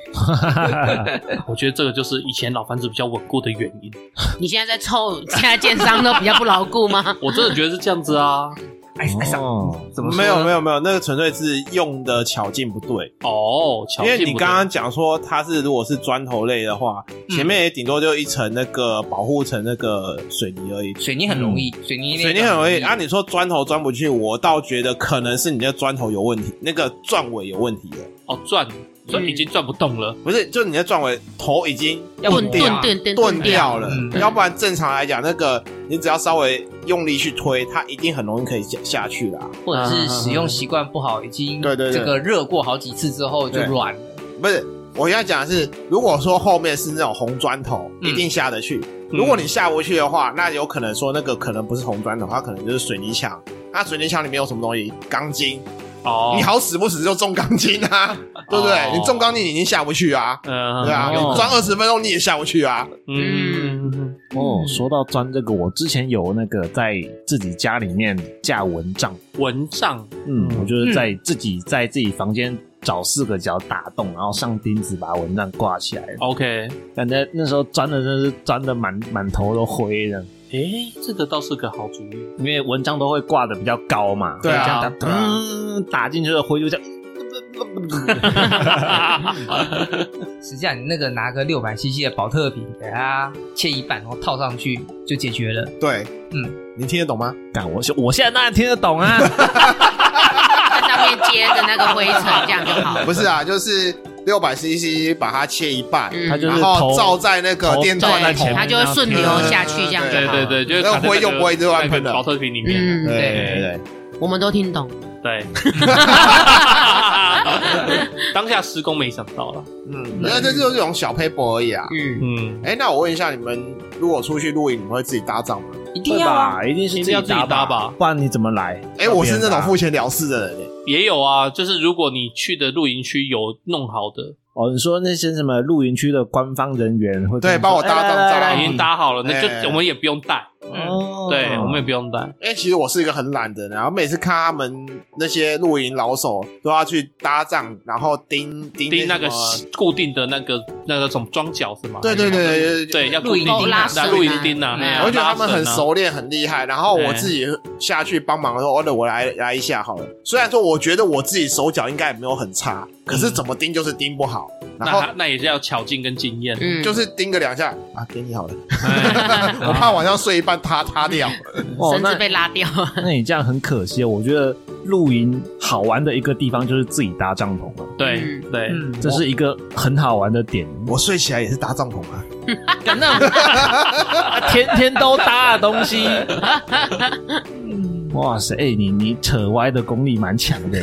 Speaker 5: 我觉得这个就是以前老房子比较稳固的原因。
Speaker 2: [laughs] 你现在在 [laughs] 凑，现在建商都比较不牢固
Speaker 5: [laughs]
Speaker 2: 吗？
Speaker 5: 我真的觉得是这样子啊。
Speaker 4: 哎哎上
Speaker 1: 哦，
Speaker 4: 怎么
Speaker 3: 没有没
Speaker 4: 有，
Speaker 3: 有没有，那个纯粹是用的巧劲不对，
Speaker 5: 哦，巧
Speaker 3: 因为
Speaker 5: 劲
Speaker 3: 你
Speaker 5: 不
Speaker 3: 刚刚讲说它是如果是砖头类的话，
Speaker 4: 嗯
Speaker 3: 前面也顶多就一层那个保护层那个水泥而已。
Speaker 4: 水泥很容易，水泥那个嗯
Speaker 3: 水泥很容易，啊，
Speaker 4: 很
Speaker 3: 你说砖头钻不去，我倒觉得可能是你的砖头有问题，那个钻尾有问题了。
Speaker 5: 哦转，所以已经转不动了。
Speaker 3: 不是，就你的钻尾头已经
Speaker 4: 要
Speaker 2: 钝
Speaker 4: 掉
Speaker 2: 钝
Speaker 4: 啊
Speaker 2: 钝钝
Speaker 3: 钝掉
Speaker 2: 了， [laughs]
Speaker 3: 了，
Speaker 4: 嗯
Speaker 3: 要不然正常来讲，那个你只要稍微用力去推，它一定很容易可以下下去啦。
Speaker 4: 或者是使用习惯不好，已经
Speaker 3: 对对对
Speaker 4: 这个热过好几次之后就软了。
Speaker 3: 不是，我要讲的是，如果说后面是那种红砖头，
Speaker 4: 嗯
Speaker 3: 一定下得去。如果你下不去的话，那有可能说那个可能不是红砖头，它可能就是水泥墙。那水泥墙里面有什么东西？钢筋。
Speaker 5: 哦，
Speaker 3: 你，好死不死就中钢筋啊，对不对？
Speaker 5: 哦
Speaker 3: 你中钢筋你已经下不去啊，
Speaker 5: 嗯，
Speaker 3: 对啊，
Speaker 1: 哦
Speaker 3: 你钻二十分钟你也下不去啊。
Speaker 5: 嗯，
Speaker 1: 哦，说到砖这个，我之前有那个在自己家里面架蚊帐，
Speaker 5: 蚊帐，
Speaker 1: 嗯，
Speaker 5: 嗯
Speaker 1: 我就是在自己在自己房间找四个角打洞，然后上钉子把蚊帐挂起来，
Speaker 5: OK，
Speaker 1: 感觉那时候钻的真是钻的满满头都灰的，
Speaker 5: 诶，这个倒是个好主意。
Speaker 1: 因为蚊帐都会挂的比较高嘛，
Speaker 3: 对啊
Speaker 1: 这样打
Speaker 3: 对啊
Speaker 1: 嗯打进去的灰就这样，
Speaker 4: 实际上，你那个拿个六百 CC 的保特瓶给它切一半，然后套上去就解决了。
Speaker 3: 对，
Speaker 4: 嗯，
Speaker 3: 你听得懂吗？
Speaker 1: 干我我现在当然听得懂啊，
Speaker 2: 在上面接着那个灰尘，这样就好了。
Speaker 3: 不是啊，就是六百 CC 把它切一半，
Speaker 2: 嗯
Speaker 1: 他就是
Speaker 3: 然
Speaker 1: 头
Speaker 3: 后罩在那个
Speaker 1: 头
Speaker 3: 电
Speaker 1: 罩
Speaker 3: 钻
Speaker 1: 在
Speaker 3: 的
Speaker 1: 头
Speaker 3: 头
Speaker 2: 对，
Speaker 1: 面
Speaker 2: 它就会顺流下去这样就
Speaker 5: 对
Speaker 2: 好。
Speaker 5: 对对，就是
Speaker 3: 那个
Speaker 5: 卡在
Speaker 3: 灰就不会一直乱
Speaker 5: 那个
Speaker 3: 喷的
Speaker 5: 保特瓶里面。
Speaker 2: 嗯，
Speaker 3: 对
Speaker 1: 对
Speaker 2: 我们都听懂。
Speaker 3: [laughs]
Speaker 5: 对，当下施工没想到了。
Speaker 3: 嗯，那这就是这种小 paper 而已啊。
Speaker 2: 嗯，
Speaker 5: 嗯，
Speaker 3: 哎，那我问一下，你们如果出去露营，你们会自己搭帐吗？
Speaker 4: 一定
Speaker 1: 对
Speaker 4: 要啊，
Speaker 1: 吧？一定是
Speaker 5: 一定要自己搭
Speaker 1: 吧
Speaker 5: 吧，
Speaker 1: 不然你怎么来？
Speaker 3: 哎，我
Speaker 1: 要别
Speaker 3: 是那
Speaker 1: 人
Speaker 3: 种
Speaker 1: 搭
Speaker 3: 付钱了事的人欸，
Speaker 5: 也有啊，就是如果你去的露营区有弄好的，
Speaker 1: 哦，你说那些什么露营区的官方人员会跟
Speaker 3: 对
Speaker 1: 你说
Speaker 3: 帮我搭
Speaker 1: 哎
Speaker 3: 帐
Speaker 1: 来来来
Speaker 3: 哎
Speaker 5: 已经搭好了，那
Speaker 3: 哎
Speaker 5: 就我们也不用带。嗯，
Speaker 1: 哦，
Speaker 5: 对，我们也不用带。
Speaker 3: 因为其实我是一个很懒的人，然后每次看他们那些露营老手都要去搭帐，然后钉钉
Speaker 5: 钉那个
Speaker 3: 什么
Speaker 5: 固定的那个那个什么装脚是吗？
Speaker 3: 对对对对对。
Speaker 5: 对，要
Speaker 4: 露营钉啊
Speaker 5: 固定
Speaker 4: 拉
Speaker 2: 绳啊
Speaker 5: 露营钉啊，
Speaker 4: 嗯
Speaker 5: 哎呀
Speaker 3: 我觉得他们很。
Speaker 5: 拉绳啊
Speaker 3: 熟练、很厉害，然后我自己下去帮忙说：“哦，那我来来一下好了。”虽然说我觉得我自己手脚应该也没有很差，可是怎么钉就是钉不好，然
Speaker 5: 那
Speaker 3: 后
Speaker 5: 他那也是要巧劲跟经验。
Speaker 2: 嗯
Speaker 3: 就是钉个两下啊，给你好了，
Speaker 5: 哎
Speaker 3: 我怕晚上睡一半塌塌掉。
Speaker 1: 哦
Speaker 2: 绳
Speaker 1: 那
Speaker 2: 子被拉 [laughs] 掉。
Speaker 1: 那你这样很可惜。我觉得露营好玩的一个地方就是自己搭帐篷啊，
Speaker 5: 对
Speaker 2: 嗯
Speaker 5: 对，
Speaker 4: 嗯，
Speaker 1: 这是一个很好玩的点。
Speaker 3: 我睡起来也是搭帐篷啊，
Speaker 1: 啊天天都搭的东
Speaker 5: [laughs]
Speaker 1: 西，哇塞！哎，你你扯歪的功力蛮强
Speaker 5: [laughs]
Speaker 1: 的。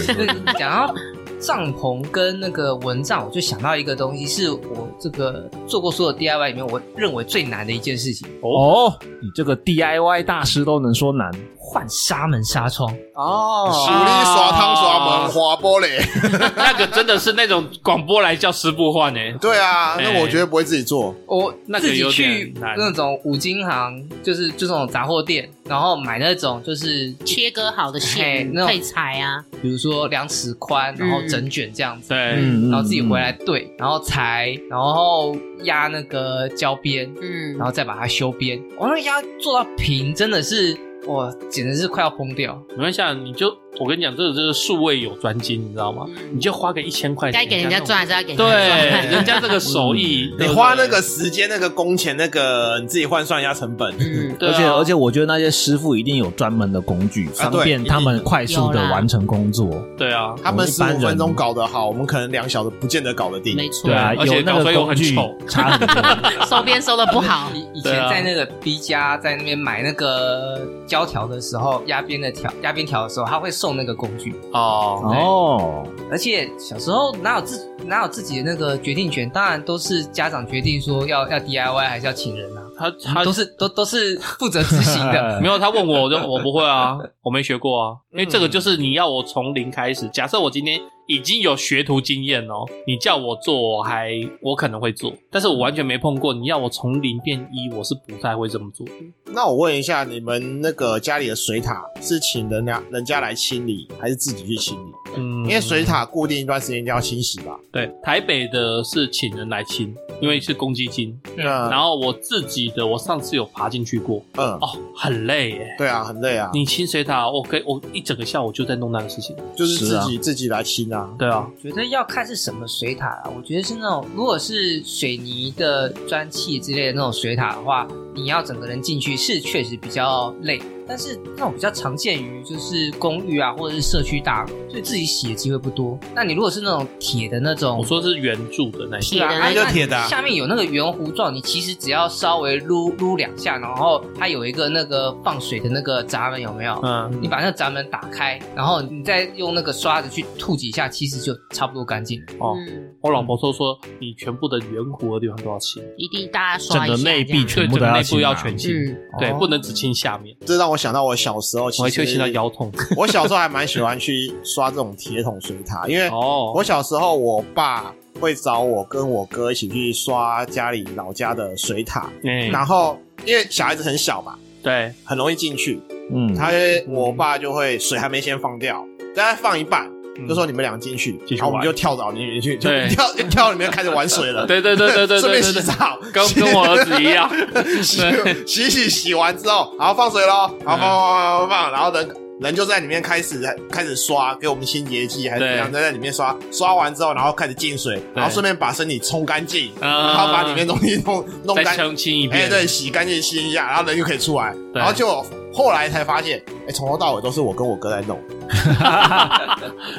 Speaker 4: 讲到帐篷跟那个蚊帐，我就想到一个东西，是我这个做过所有 DIY 里面，我认为最难的一件事情
Speaker 1: 哦，你这个 DIY 大师都能说难，
Speaker 4: ——换纱门纱窗。
Speaker 3: 手
Speaker 1: 哦
Speaker 3: 力刷汤刷门滑玻璃。
Speaker 5: 那个真的是那种广播来叫师傅换诶，
Speaker 3: [laughs] [laughs] 对啊，那
Speaker 5: 哎
Speaker 3: 我绝对不会自己做。
Speaker 4: 我
Speaker 5: 那个
Speaker 4: 自己
Speaker 5: 有
Speaker 4: 去
Speaker 5: 点难
Speaker 4: 那种五金行，就是就这种杂货店，然后买那种就是
Speaker 2: 切割好的 [laughs]
Speaker 4: 嘿
Speaker 2: 线
Speaker 4: 那种
Speaker 2: 配裁啊，
Speaker 4: 比如说两尺宽，然后整卷这样子，
Speaker 5: 对，
Speaker 1: 嗯，嗯
Speaker 4: 然后自己回来对，然后裁，然后压那个胶边，
Speaker 2: 嗯
Speaker 4: 然，后再把它修边。我那压做到平，真的是哇，简直是快要崩掉。
Speaker 5: 没关系，啊，你就我跟你讲，这个就是数位有专精，你知道吗？
Speaker 3: 嗯
Speaker 5: 你就花个一千块钱，
Speaker 2: 该给人家赚还是要给人
Speaker 5: 对，
Speaker 2: 家 [laughs] 赚？
Speaker 5: 人家这个手艺，
Speaker 3: 你花那个时间、那个工钱、那个你自己换算一下成本。
Speaker 2: 嗯，
Speaker 5: 对
Speaker 1: 而
Speaker 5: 不对，
Speaker 1: 且
Speaker 5: 对啊
Speaker 1: 而且，我觉得那些师傅一定有专门的工具，
Speaker 3: 啊
Speaker 1: 方
Speaker 3: 对
Speaker 1: 便他们快速的
Speaker 2: 有啦
Speaker 1: 完成工作。
Speaker 5: 对啊，
Speaker 3: 他们
Speaker 1: 我们一
Speaker 3: 十
Speaker 1: 般
Speaker 3: 五
Speaker 1: 人
Speaker 3: 分钟搞得好，我们可能两小时不见得搞得定。
Speaker 2: 没错
Speaker 1: 对，啊，
Speaker 5: 而且
Speaker 1: 有那
Speaker 5: 搞
Speaker 1: 个
Speaker 5: 出来又
Speaker 1: 工
Speaker 5: 很
Speaker 1: 具
Speaker 5: 丑
Speaker 1: 差很
Speaker 5: [laughs]
Speaker 1: 多。
Speaker 2: 收边收的不
Speaker 4: [laughs]
Speaker 2: 好，
Speaker 4: 以以前
Speaker 5: 对啊
Speaker 4: 在那个 B 家在那边买那个胶条的时候，压边的条压边条的时候，他会送那个工具。
Speaker 5: 哦，
Speaker 1: 哦，
Speaker 4: 而且小时候哪有自哪有自己的那个决定权，当然都是家长决定说要要 DIY 还是要请人啊，
Speaker 5: 他他
Speaker 4: 都是都都是负责执行
Speaker 5: [laughs]
Speaker 4: 的。
Speaker 5: 没有，他问我，我就我不会啊， [laughs] 我没学过啊，
Speaker 3: 嗯
Speaker 5: 因为这个就是你要我从零开始。假设我今天已经有学徒经验哦，你叫我做，我还我可能会做，但是我完全没碰过。你要我从零变一，我是不太会这么做的。
Speaker 3: 那我问一下，你们那个家里的水塔是请人家人家来清理，还是自己去清理？
Speaker 5: 嗯，
Speaker 3: 因为水塔固定一段时间一定要清洗吧。
Speaker 5: 对台北的是请人来清，因为是公积金。
Speaker 3: 嗯
Speaker 5: 然后我自己的，我上次有爬进去过，
Speaker 3: 嗯，
Speaker 5: 哦，很累耶。
Speaker 3: 对啊，很累啊，
Speaker 5: 你清水塔，我可以，我一整个下午就在弄那个事情。
Speaker 3: 就是
Speaker 1: 是
Speaker 3: 自
Speaker 1: 啊
Speaker 3: 己自己来清啊。
Speaker 5: 对啊，
Speaker 4: 我觉得要看是什么水塔啊，我觉得是那种如果是水泥的砖砌之类的那种水塔的话，你要整个人进去是确实比较累，但是那种比较常见于就是公寓啊或者是社区大楼，所以自己洗的机会不多。那你如果是那种铁的那种
Speaker 5: 我，说是原著的那一
Speaker 2: 铁
Speaker 5: 种。
Speaker 2: 的
Speaker 3: 那
Speaker 2: 那
Speaker 3: 就
Speaker 2: 种，
Speaker 3: 铁的啊
Speaker 4: 下面有那个圆弧状，你其实只要稍微撸撸两下，然后它有一个那个放水的那个闸门，有没有？
Speaker 3: 啊
Speaker 5: 嗯，
Speaker 4: 你把那个闸门打开，然后你再用那个刷子去吐几下，其实就差不多干净了。
Speaker 5: 哦，
Speaker 2: 嗯，
Speaker 5: 我老婆说说，你全部的圆弧的地方都要
Speaker 3: 哦
Speaker 5: 清，
Speaker 2: 一定大家刷
Speaker 1: 整
Speaker 2: 一下
Speaker 1: 个内壁
Speaker 2: 这样
Speaker 1: 全
Speaker 5: 对，
Speaker 1: 部
Speaker 5: 整
Speaker 1: 都
Speaker 5: 个内
Speaker 1: 清
Speaker 5: 部
Speaker 1: 啊
Speaker 5: 要全清，
Speaker 2: 嗯，
Speaker 5: 对
Speaker 4: 哦，
Speaker 5: 不能只清下面，
Speaker 3: 这让我想到我小时候，其
Speaker 5: 我还
Speaker 3: 实
Speaker 5: 会清到腰
Speaker 3: [laughs]
Speaker 5: 痛。 [laughs]
Speaker 3: 我小时候还蛮喜欢去刷这种铁桶水塔，因为我
Speaker 5: 哦，
Speaker 3: 小时候我爸会找我跟我哥一起去刷家里老家的水塔，
Speaker 5: 嗯，
Speaker 3: 然后因为小孩子很小嘛，
Speaker 5: 对，
Speaker 3: 很容易进去，
Speaker 1: 嗯，
Speaker 3: 他会我爸就会水还没先放掉，大概放一半，就说你们俩进去，
Speaker 5: 嗯继续
Speaker 3: 然后我们
Speaker 5: 玩
Speaker 3: 就跳到里面去，就
Speaker 5: 对
Speaker 3: 跳就跳到里面开始玩水了。
Speaker 5: 对对对对
Speaker 3: [laughs]
Speaker 5: 对
Speaker 3: 顺
Speaker 5: 对
Speaker 3: 便
Speaker 5: 对
Speaker 3: 洗
Speaker 5: 对，
Speaker 3: 澡，
Speaker 5: 跟
Speaker 3: 洗
Speaker 5: 跟我儿子一
Speaker 3: [laughs]
Speaker 5: 样，对，嗯
Speaker 3: 洗洗洗洗完之后，然后放水喽，然后放放放放放，然后人人就在里面开始开始刷，给我们清洁剂还是
Speaker 5: 对
Speaker 3: 怎样，在在里面刷，刷完之后，然后开始进水，然后顺便把身体冲干净，然后把里面东西弄弄
Speaker 5: 嗯再
Speaker 3: 干净。
Speaker 5: 澄清一
Speaker 3: 哎、
Speaker 5: 遍， [laughs]
Speaker 3: 对，洗干净清一下，然后人就可以出来。
Speaker 5: 对
Speaker 3: 然后就后来才发现，哎、从头到尾都是我跟我哥在弄。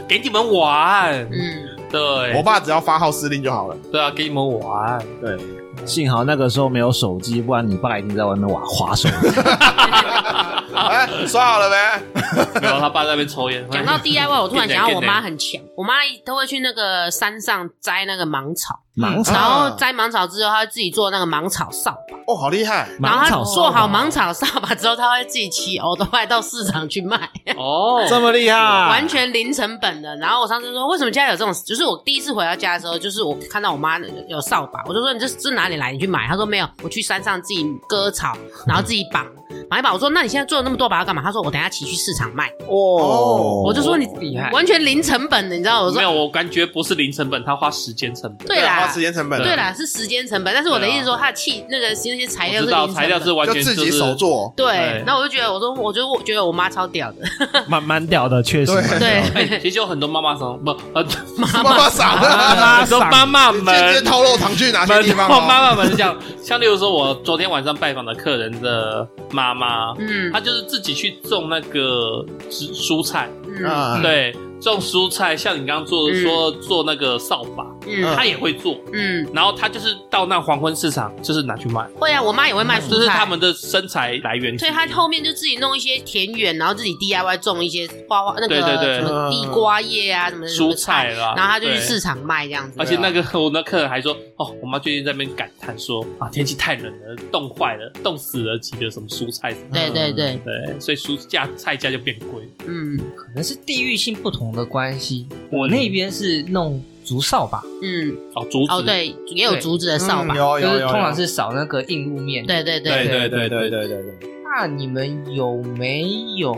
Speaker 5: 给你们玩，
Speaker 2: 嗯，
Speaker 5: 对，
Speaker 3: 我爸只要发号施令就好了。
Speaker 5: 对啊，给你们玩，
Speaker 1: 对，幸好那个时候没有手机，不然你爸一定在外面玩划手机。
Speaker 3: [laughs] 哎，说好了没？
Speaker 5: 没有他爸在那边抽烟。
Speaker 2: 讲到 DIY，我突然想到我妈
Speaker 5: 哎变态
Speaker 2: 很强，我妈都会去那个山上摘那个芒草，
Speaker 1: 芒
Speaker 2: [laughs]
Speaker 3: 草
Speaker 2: 然后摘芒草之后，她会自己做那个芒草扫把，
Speaker 3: 哦，好厉害！
Speaker 2: 然后
Speaker 1: 芒
Speaker 2: 她
Speaker 1: 草
Speaker 2: 做好芒
Speaker 1: 盲
Speaker 2: 草扫把之后，她会自己骑欧都拜到市场去卖，
Speaker 5: 哦，
Speaker 1: 这么厉害，
Speaker 2: 完全零成本的。然后我上次说，为什么家里有这种？就是我第一次回到家的时候，就是我看到我妈有扫把，我就说你这这哪里来？你去买？她说没有，我去山上自己割草，然后自己绑。绑一绑，我说那你现在做了那么多把它干嘛？她说我等一下骑去市场卖，
Speaker 1: 哦，
Speaker 2: 我就说你
Speaker 4: 厉害
Speaker 2: 完全零成本的，你知道？我说
Speaker 5: 没有，我感觉不是零成本，他花时间成本。
Speaker 2: 对啦
Speaker 3: 花时间成本，
Speaker 2: 对啦，是时间成本，但是我的意思说，它的器那个那些材料是
Speaker 5: 我知道
Speaker 2: 零成
Speaker 5: 材料
Speaker 2: 本
Speaker 5: 是完
Speaker 3: 就
Speaker 5: 全
Speaker 3: 自己
Speaker 5: 是
Speaker 3: 手做。
Speaker 2: 对
Speaker 5: 对，
Speaker 2: 那我就觉得，我说，我觉得，我觉得我妈超屌的，
Speaker 1: 蛮蛮屌的，确实
Speaker 3: 对
Speaker 1: 蛮屌
Speaker 2: 对
Speaker 1: 的。
Speaker 5: [laughs] 哎，其实有很多妈妈桑不呃，
Speaker 3: 妈妈傻
Speaker 1: 妈
Speaker 3: 了，
Speaker 1: 妈
Speaker 5: 很多
Speaker 1: 桑
Speaker 5: [laughs] 妈妈们
Speaker 3: 你这这套肉糖去哪些地
Speaker 5: 们
Speaker 3: 方？哦
Speaker 5: 我妈妈们是这样，像例如说，我昨天晚上拜访的客人的妈妈，
Speaker 2: [laughs] 嗯
Speaker 5: 她就是自己去种那个植蔬菜，
Speaker 2: 嗯
Speaker 3: 啊，
Speaker 5: 对，种蔬菜，像你刚刚做
Speaker 2: 嗯
Speaker 5: 说做那个扫把，
Speaker 2: 嗯
Speaker 5: 她也会做，
Speaker 2: 嗯，
Speaker 5: 然后她就是到那黄昏市场，就是拿去卖，
Speaker 2: 会啊，我妈也会卖
Speaker 5: 这
Speaker 2: 蔬
Speaker 5: 是他
Speaker 2: 菜，
Speaker 5: 们的生财来源之
Speaker 2: 所
Speaker 5: 一。
Speaker 2: 以她后面就自己弄一些田园，然后自己 DIY 种一些花花那个
Speaker 5: 对对对
Speaker 2: 什么地瓜叶啊，什么什么
Speaker 5: 蔬菜啦，
Speaker 2: 然后她就去
Speaker 5: 对
Speaker 2: 市场卖这样子
Speaker 5: 而。且那个 [laughs] 我那客人还说，哦，我妈最近在那边感叹说，啊，天气太冷了，冻坏了，冻死了几个什么蔬菜什么
Speaker 2: 对
Speaker 5: 的，
Speaker 2: 对对，
Speaker 5: 对，所以蔬价菜价就变贵。
Speaker 2: 嗯
Speaker 4: 可能是地域性不同的关系。我那边是弄竹扫把，
Speaker 2: 嗯，
Speaker 5: 哦，竹子，
Speaker 2: 哦，对，也有
Speaker 4: 对
Speaker 2: 竹子的
Speaker 3: 嗯
Speaker 2: 扫把，
Speaker 3: 有
Speaker 4: 就
Speaker 3: 有
Speaker 4: 是
Speaker 3: 有，
Speaker 4: 通常是扫那个硬路面。，
Speaker 2: 对对
Speaker 5: 对
Speaker 2: 对，
Speaker 5: 对对
Speaker 3: 对
Speaker 5: 对
Speaker 3: 对对，
Speaker 4: 那你们有没有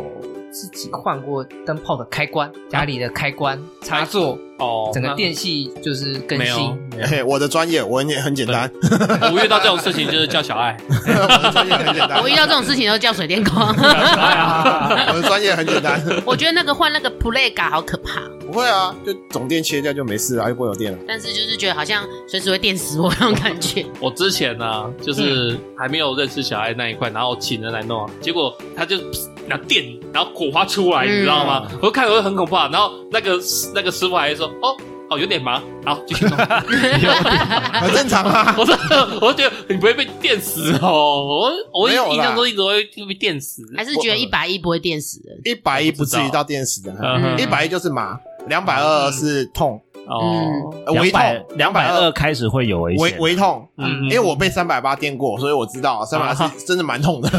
Speaker 4: 自己换过灯泡的开关？家里的开关、插座，
Speaker 5: 哦，
Speaker 4: 整个
Speaker 5: 那
Speaker 4: 电系就是更
Speaker 5: 没有
Speaker 4: 新。
Speaker 3: 嘿我的专业我也很简单，
Speaker 5: 我遇到这种事情就是叫小爱，
Speaker 3: [laughs] 我的专业很简
Speaker 4: [laughs]
Speaker 3: 单，
Speaker 2: 我遇到这种事情都叫水
Speaker 5: [laughs]
Speaker 2: 电工，
Speaker 5: 小爱啊，
Speaker 3: 我的专业很简单， [laughs]
Speaker 2: 我觉得那个换那个 play 嘎好可怕。
Speaker 3: 不会啊，就总电切掉就没事了，啊又不会有电了。
Speaker 2: 但是就是觉得好像随时会电死我那种感觉。
Speaker 5: 我之前呢、就是
Speaker 4: 嗯
Speaker 5: 还没有认识小爱那一块，然后请人来弄啊，结果他就拿电，然后火花
Speaker 4: 嗯
Speaker 5: 出来，你知道吗？我就看我就很恐怖啊。然后那个那个师傅还说，哦哦，有点忙，好继
Speaker 4: [laughs]
Speaker 5: 续弄。
Speaker 3: 很正常啊。
Speaker 5: 我说，我觉得你不会被电死哦。我我
Speaker 3: 没有啦
Speaker 5: 印象中一直会被电死，
Speaker 2: 还是觉得一百一不会电死人。
Speaker 3: 一百一不至于到电死的，
Speaker 5: 嗯
Speaker 3: 一百一就是麻，两百二是痛，
Speaker 2: 嗯
Speaker 5: 哦，
Speaker 3: 呃微痛，
Speaker 1: 两百二
Speaker 3: 220
Speaker 1: 开始会有危
Speaker 3: 微
Speaker 1: 险，
Speaker 3: 微痛。
Speaker 5: 嗯
Speaker 3: 因为我被三百八电过，所以我知道三百八是真的蛮痛的，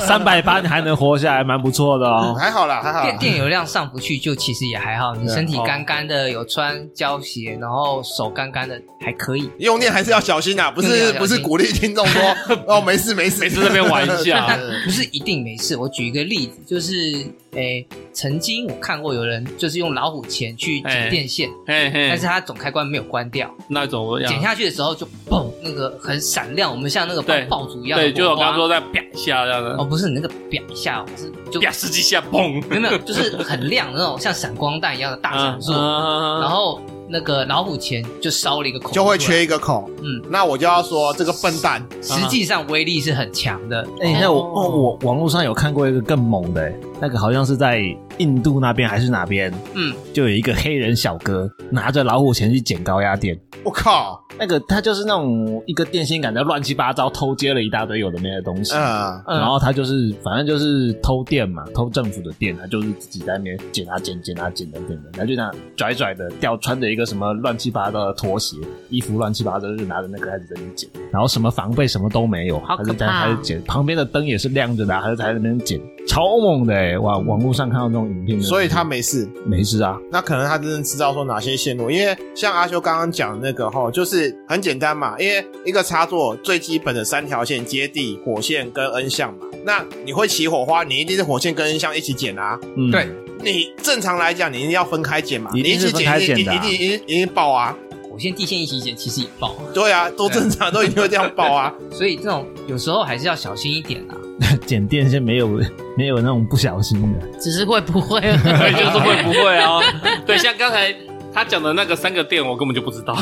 Speaker 1: 三百八你还能活下来，蛮不错的哦。
Speaker 3: [laughs] 还好啦，还好
Speaker 4: 电
Speaker 3: 啦。
Speaker 4: 电流量上不去，就其实也还好。你
Speaker 3: 对
Speaker 4: 身体干干的，有穿胶鞋，然后手干干的，还可以。
Speaker 3: 用电还是要小心啊，不
Speaker 4: 用电
Speaker 3: 是
Speaker 4: 要小心
Speaker 3: 不是鼓励听众说哦没事没事
Speaker 5: 每次这边玩一下，
Speaker 4: 但不是一定没事。我举一个例子，就是诶，曾经我看过有人就是用老虎钳去剪电线，
Speaker 5: 嘿
Speaker 4: 但
Speaker 5: 嘿
Speaker 4: 是，他总开关没有关掉，
Speaker 5: 那种我
Speaker 4: 剪下去的时候就嘣，那个很闪亮，我们像那个
Speaker 5: 对
Speaker 4: 放爆竹一样的火花。
Speaker 5: 对，就我刚刚说在啪一下这样的
Speaker 4: 哦，，不是你那个啪一下，我是就
Speaker 5: 啪十几下，砰，
Speaker 4: 没有没有，就是很亮的那种像闪光弹一样的大闪烁，
Speaker 5: 嗯
Speaker 4: 然后那个老虎钳就烧了一个孔，
Speaker 3: [laughs] 就会缺。一个孔。
Speaker 4: 嗯，
Speaker 3: 那我就要说这个笨蛋，
Speaker 5: 嗯
Speaker 4: 实际上威力是很强的，
Speaker 1: 哎、那我、哦、我网络上有看过一个更猛的、那个好像是在印度那边还是哪边，
Speaker 4: 嗯，
Speaker 1: 就有一个黑人小哥拿着老虎钳去捡高压电，
Speaker 3: 我靠，
Speaker 1: 那个他就是那种一个电线杆的乱七八糟偷接了一大堆有的没的东西。
Speaker 3: 嗯，
Speaker 4: 嗯
Speaker 1: 然后他就是，反正就是偷电嘛，偷政府的电，他就是自己在那边捡啊捡，捡啊捡等等的，他就那样拽拽的掉，穿着一个什么乱七八糟的拖鞋，衣服乱七八糟，就拿着那个开始在那边捡，然后什么防备什么都没有，他
Speaker 2: 好可
Speaker 1: 就在
Speaker 2: 怕
Speaker 1: 他就捡，旁边的灯也是亮着的啊，他就在那边捡，超猛的哎、哇！网络上看到这种影片，
Speaker 3: 所以他没事。
Speaker 1: 没事啊，
Speaker 3: 那可能他真的知道说哪些线路，因为像阿修刚刚讲的那个哈，就是很简单嘛，因为一个插座最基本的三条线接地、火线跟 N 项嘛。那你会起火花，你一定是火线跟 N 项一起剪啊。
Speaker 1: 嗯， [laughs]
Speaker 4: 对，
Speaker 3: 你正常来讲，你一定要分开剪嘛，
Speaker 1: 一
Speaker 3: 你一
Speaker 1: 定是
Speaker 3: 起
Speaker 1: 分
Speaker 3: 剪
Speaker 1: 开
Speaker 3: 一定一
Speaker 1: 剪的啊
Speaker 3: 定一定一定爆啊。
Speaker 4: 火线、地线一起剪其实也爆，
Speaker 3: 对啊，都正常，都一定会这样爆啊。
Speaker 4: 所以这种有时候还是要小心一点啊啦。
Speaker 1: 捡电线没有没有那种不小心的，
Speaker 2: 嗯只是会不会？ [laughs]
Speaker 5: 哎对，就是会不会啊？对，像刚才他讲的那个三个店，我根本就不知道。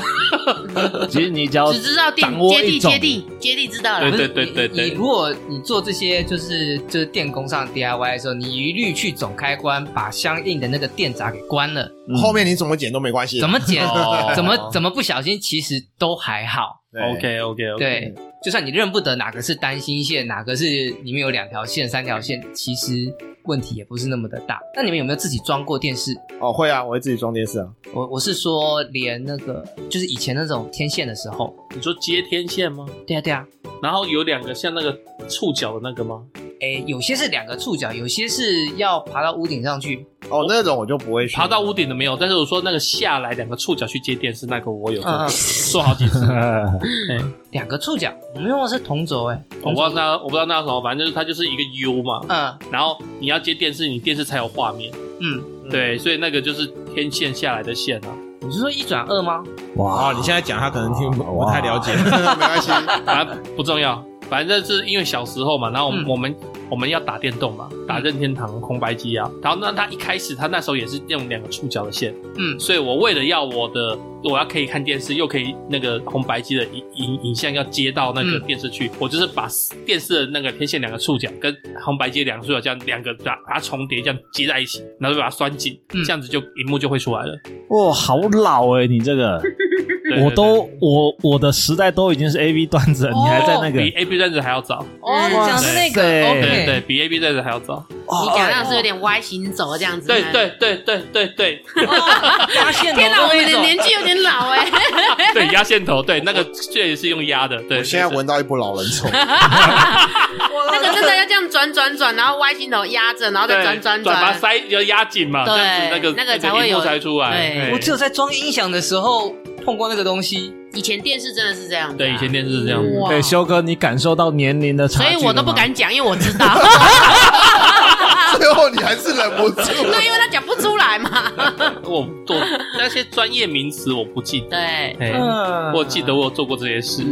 Speaker 1: 其实你只
Speaker 3: [laughs]
Speaker 1: 要
Speaker 2: 只知道电
Speaker 1: 掌握
Speaker 2: 接地
Speaker 1: 一种
Speaker 2: 接地接地知道
Speaker 5: 对
Speaker 2: 了，
Speaker 5: 对
Speaker 4: 你你如果你做这些就是就是电工上的 DIY 的时候，你一律去总开关把相应的那个电闸给关了，
Speaker 1: 嗯
Speaker 3: 后面你怎么剪都没关系。
Speaker 4: 怎么剪、
Speaker 5: 哦
Speaker 4: 怎么怎么不小心，其实都还好。
Speaker 1: 嗯
Speaker 3: 对
Speaker 5: OK OK OK，
Speaker 4: 对，就算你认不得哪个是单心线，哪个是里面有两条线、三条线，其实问题也不是那么的大。那你们有没有自己装过电视？
Speaker 3: 哦，会啊，我会自己装电视啊。
Speaker 4: 我我是说，连那个就是以前那种天线的时候，
Speaker 5: 你说接天线吗？
Speaker 4: 对啊对啊，
Speaker 5: 然后有两个像那个触角的那个吗？
Speaker 4: 诶，有些是两个触角，有些是要爬到屋顶上去。
Speaker 3: 哦，那种我就不会去
Speaker 5: 爬到屋顶的没有，但是我说那个下来两个触角去接电视那个我有做
Speaker 4: 嗯
Speaker 5: 过
Speaker 4: 嗯
Speaker 5: 做好几次。
Speaker 4: [laughs] 两个触角，我们用的是同欸轴诶，
Speaker 5: 我
Speaker 4: 同
Speaker 5: 不知
Speaker 4: 轴
Speaker 5: 道那我不知道那什么，反正就是它就是一个 U 嘛，
Speaker 4: 嗯
Speaker 5: 然后你要接电视，你电视才有画面。
Speaker 4: 嗯，
Speaker 5: 对，所以那个就是天线下来的线啊。
Speaker 4: 你是说一转二吗？
Speaker 1: [laughs] 哇
Speaker 3: 哦，你现在讲他可能听不
Speaker 1: 哇
Speaker 3: 不太了解，没关系。
Speaker 5: [laughs] 反正不重要，反正是因为小时候嘛，然后我们、
Speaker 4: 嗯
Speaker 5: 我们我们要打电动嘛，打任天堂空白机啊，然后那他一开始他那时候也是用两个触角的线，
Speaker 4: 嗯
Speaker 5: 所以我为了要我的我要可以看电视，又可以那个空白机的影影影像要接到那个
Speaker 4: 嗯
Speaker 5: 电视去，我就是把电视的那个天线两个触角跟红白机两个触角这样两个把把它重叠这样接在一起，然后就把它拴紧，
Speaker 4: 嗯
Speaker 5: 这样子就荧幕就会出来了。
Speaker 1: 哇，好老哎、你这个，
Speaker 5: 对
Speaker 1: 我
Speaker 5: 对
Speaker 1: 都我我的时代都已经是 A V 段子了，你还在那个
Speaker 5: 对比 A B 站子还要早，
Speaker 4: 哦，你讲的那个
Speaker 1: 对
Speaker 5: 对
Speaker 4: OK，
Speaker 5: 对，比 A B 站子还要早。
Speaker 2: 你讲那样是有点歪行走这样子。啊
Speaker 5: 对对对对对对
Speaker 2: [laughs]
Speaker 4: 发现
Speaker 2: 天
Speaker 4: 了
Speaker 2: 哪，我们
Speaker 4: 那
Speaker 2: 的
Speaker 4: 种
Speaker 2: 年纪有点老
Speaker 5: [laughs]
Speaker 2: 哎。
Speaker 5: 对，压线头，对，那个确实是用压的，对。
Speaker 3: [laughs] 我现在
Speaker 5: 对
Speaker 3: 闻到一股老人臭，
Speaker 2: 那
Speaker 4: [laughs]
Speaker 2: 个真的要这样转转转，然后歪心头压着，然后
Speaker 5: 对
Speaker 2: 再转转
Speaker 5: 转，把它
Speaker 2: 转。
Speaker 5: 塞要压紧嘛，
Speaker 2: 对
Speaker 5: 这样子那个
Speaker 2: 那个才会
Speaker 5: 荧幕
Speaker 2: 有
Speaker 5: 才出来。
Speaker 3: 哎
Speaker 2: 对
Speaker 4: 我只有在装音响的时候碰过那个东西。
Speaker 2: 以前电视真的是这样子啊，
Speaker 5: 对以前电视是这样子
Speaker 2: 哇
Speaker 1: 对，修哥，你感受到年龄的差
Speaker 2: 所
Speaker 1: 距
Speaker 2: 以我都不敢讲，因为我知
Speaker 5: [laughs]
Speaker 2: 道， [laughs]
Speaker 3: 最后你还是忍不住。
Speaker 2: 对，因为他讲不出来嘛。
Speaker 5: 我做那些专业名词我不记得，
Speaker 2: 对，
Speaker 5: 哎，
Speaker 4: 嗯，
Speaker 5: 我记得我有做过这些
Speaker 2: [laughs]
Speaker 5: 事。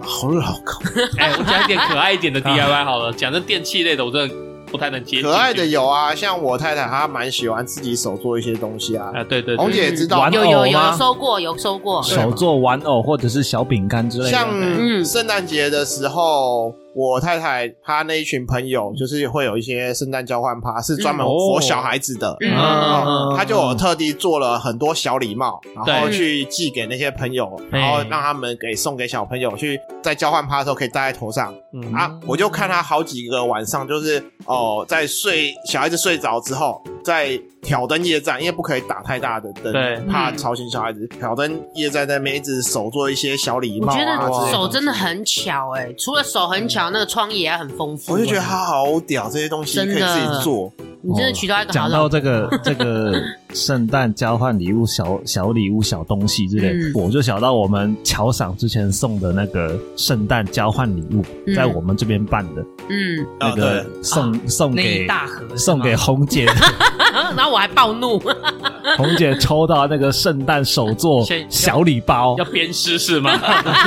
Speaker 3: 好老狗，
Speaker 5: 哎，我讲一点可爱一点的 DIY 好了，讲这电器类的我真的不太能接进去。
Speaker 3: 可爱的有啊，像我太太她蛮喜欢自己手做一些东西啊。
Speaker 5: 啊，对对
Speaker 3: 红
Speaker 5: 对，
Speaker 3: 姐也知道
Speaker 1: 玩，
Speaker 2: 有有有
Speaker 1: 玩偶
Speaker 2: 有
Speaker 1: 吗
Speaker 2: 收过，有收过。
Speaker 1: 手做玩偶或者是小饼干之类的，
Speaker 3: 像
Speaker 2: 嗯
Speaker 3: 圣诞节的时候，我太太她那一群朋友就是会有一些圣诞交换趴，是专门
Speaker 5: 嗯哦
Speaker 3: for 小孩子的。
Speaker 2: 嗯
Speaker 3: 哦
Speaker 5: 嗯，
Speaker 3: 他就有特地做了很多小礼帽，然后
Speaker 5: 对
Speaker 3: 去寄给那些朋友，
Speaker 5: 嗯
Speaker 3: 然后让他们给送给小朋友，去在交换趴的时候可以戴在头上
Speaker 5: 嗯
Speaker 3: 啊。我就看他好几个晚上，就是哦，在睡小孩子睡着之后，在挑灯夜战，因为不可以打太大的灯，
Speaker 5: 对
Speaker 3: 怕
Speaker 2: 嗯
Speaker 3: 吵醒小孩子。挑灯夜战在那边一直手做一些小礼
Speaker 2: 我
Speaker 3: 帽
Speaker 2: 觉
Speaker 3: 啊之
Speaker 2: 得
Speaker 3: 类的。
Speaker 2: 手真的很巧哎，除了手很巧，那个创意也很丰富。
Speaker 3: 我就觉
Speaker 1: 哦
Speaker 3: 得他好屌，这些东西可以
Speaker 2: 真的
Speaker 3: 自己做。 [laughs]
Speaker 2: 你真的娶到一个好
Speaker 1: 讲
Speaker 2: 老
Speaker 1: 到
Speaker 2: 婆。
Speaker 1: 这个这个圣诞交换礼物小小礼物小东西之类，
Speaker 2: 嗯
Speaker 1: 我就想到我们乔赏之前送的那个圣诞交换礼物，
Speaker 2: 嗯
Speaker 1: 在我们这边办的、
Speaker 2: 嗯，
Speaker 1: 那
Speaker 3: 啊
Speaker 1: 个送、送
Speaker 4: 那一
Speaker 1: 给
Speaker 4: 大盒是
Speaker 1: 送
Speaker 4: 吗
Speaker 1: 给红姐，
Speaker 2: 然后我还暴怒，
Speaker 1: 红姐抽到那个圣诞手作
Speaker 5: [laughs] 先
Speaker 1: 小礼包
Speaker 5: 要，编诗是
Speaker 3: [laughs]
Speaker 5: 吗？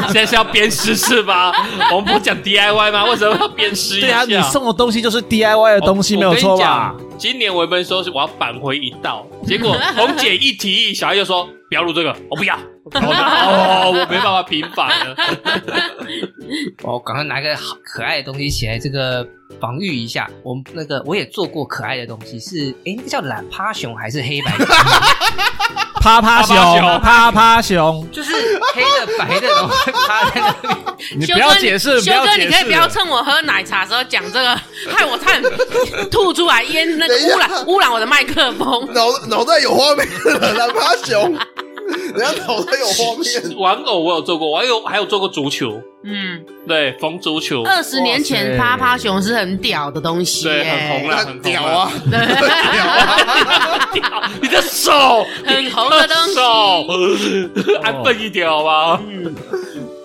Speaker 5: 现在是要编诗是吗？我们不讲 DIY 吗？为什么要编诗一
Speaker 1: 对啊，
Speaker 5: 下？
Speaker 1: 你送的东西就是 DIY 的东西，
Speaker 5: 我
Speaker 1: 没有错吧？
Speaker 5: 哦我？跟你讲今年我本说是我要返回一道，结
Speaker 1: [laughs]
Speaker 5: 果红姐一提议，小孩就说不要录这个，我不要。然后我就哦，我没办法平反了。
Speaker 4: 我赶快拿个好可爱的东西起来，这个防御一下。我们那个我也做过可爱的东西，是诶，那个叫懒趴熊还是黑白 [laughs] 熊？
Speaker 1: 啪啪熊
Speaker 5: 啪啪熊，
Speaker 1: 啪啪熊，
Speaker 4: 就是黑的白的，然后趴在那里。
Speaker 1: 你
Speaker 2: 修
Speaker 1: 不要
Speaker 2: 哥
Speaker 1: 解释，不
Speaker 2: 修
Speaker 1: 要
Speaker 2: 哥，
Speaker 1: 解释。
Speaker 2: 你可以不要趁我喝奶茶的时候讲这个，害我差点吐出来，烟那个污染污染我的麦克风。
Speaker 3: 脑脑袋有画面了，蓝趴熊， [laughs] 人家脑袋有画面。
Speaker 5: 玩偶我有做过，我有还有做过足球，
Speaker 1: [laughs]
Speaker 2: 嗯，
Speaker 5: 对，缝足
Speaker 1: 哦
Speaker 5: 球，
Speaker 1: 呃
Speaker 2: 二十年前
Speaker 1: 哇塞
Speaker 2: 趴趴熊是很屌的东西耶，
Speaker 5: 对，很红了，很
Speaker 3: 那
Speaker 5: 红
Speaker 3: 屌
Speaker 5: 啦
Speaker 3: 啊！！屌啊！
Speaker 5: 屌你的手，
Speaker 2: 很红的东西
Speaker 5: 手， [laughs] 安分一点好吗？
Speaker 2: 嗯，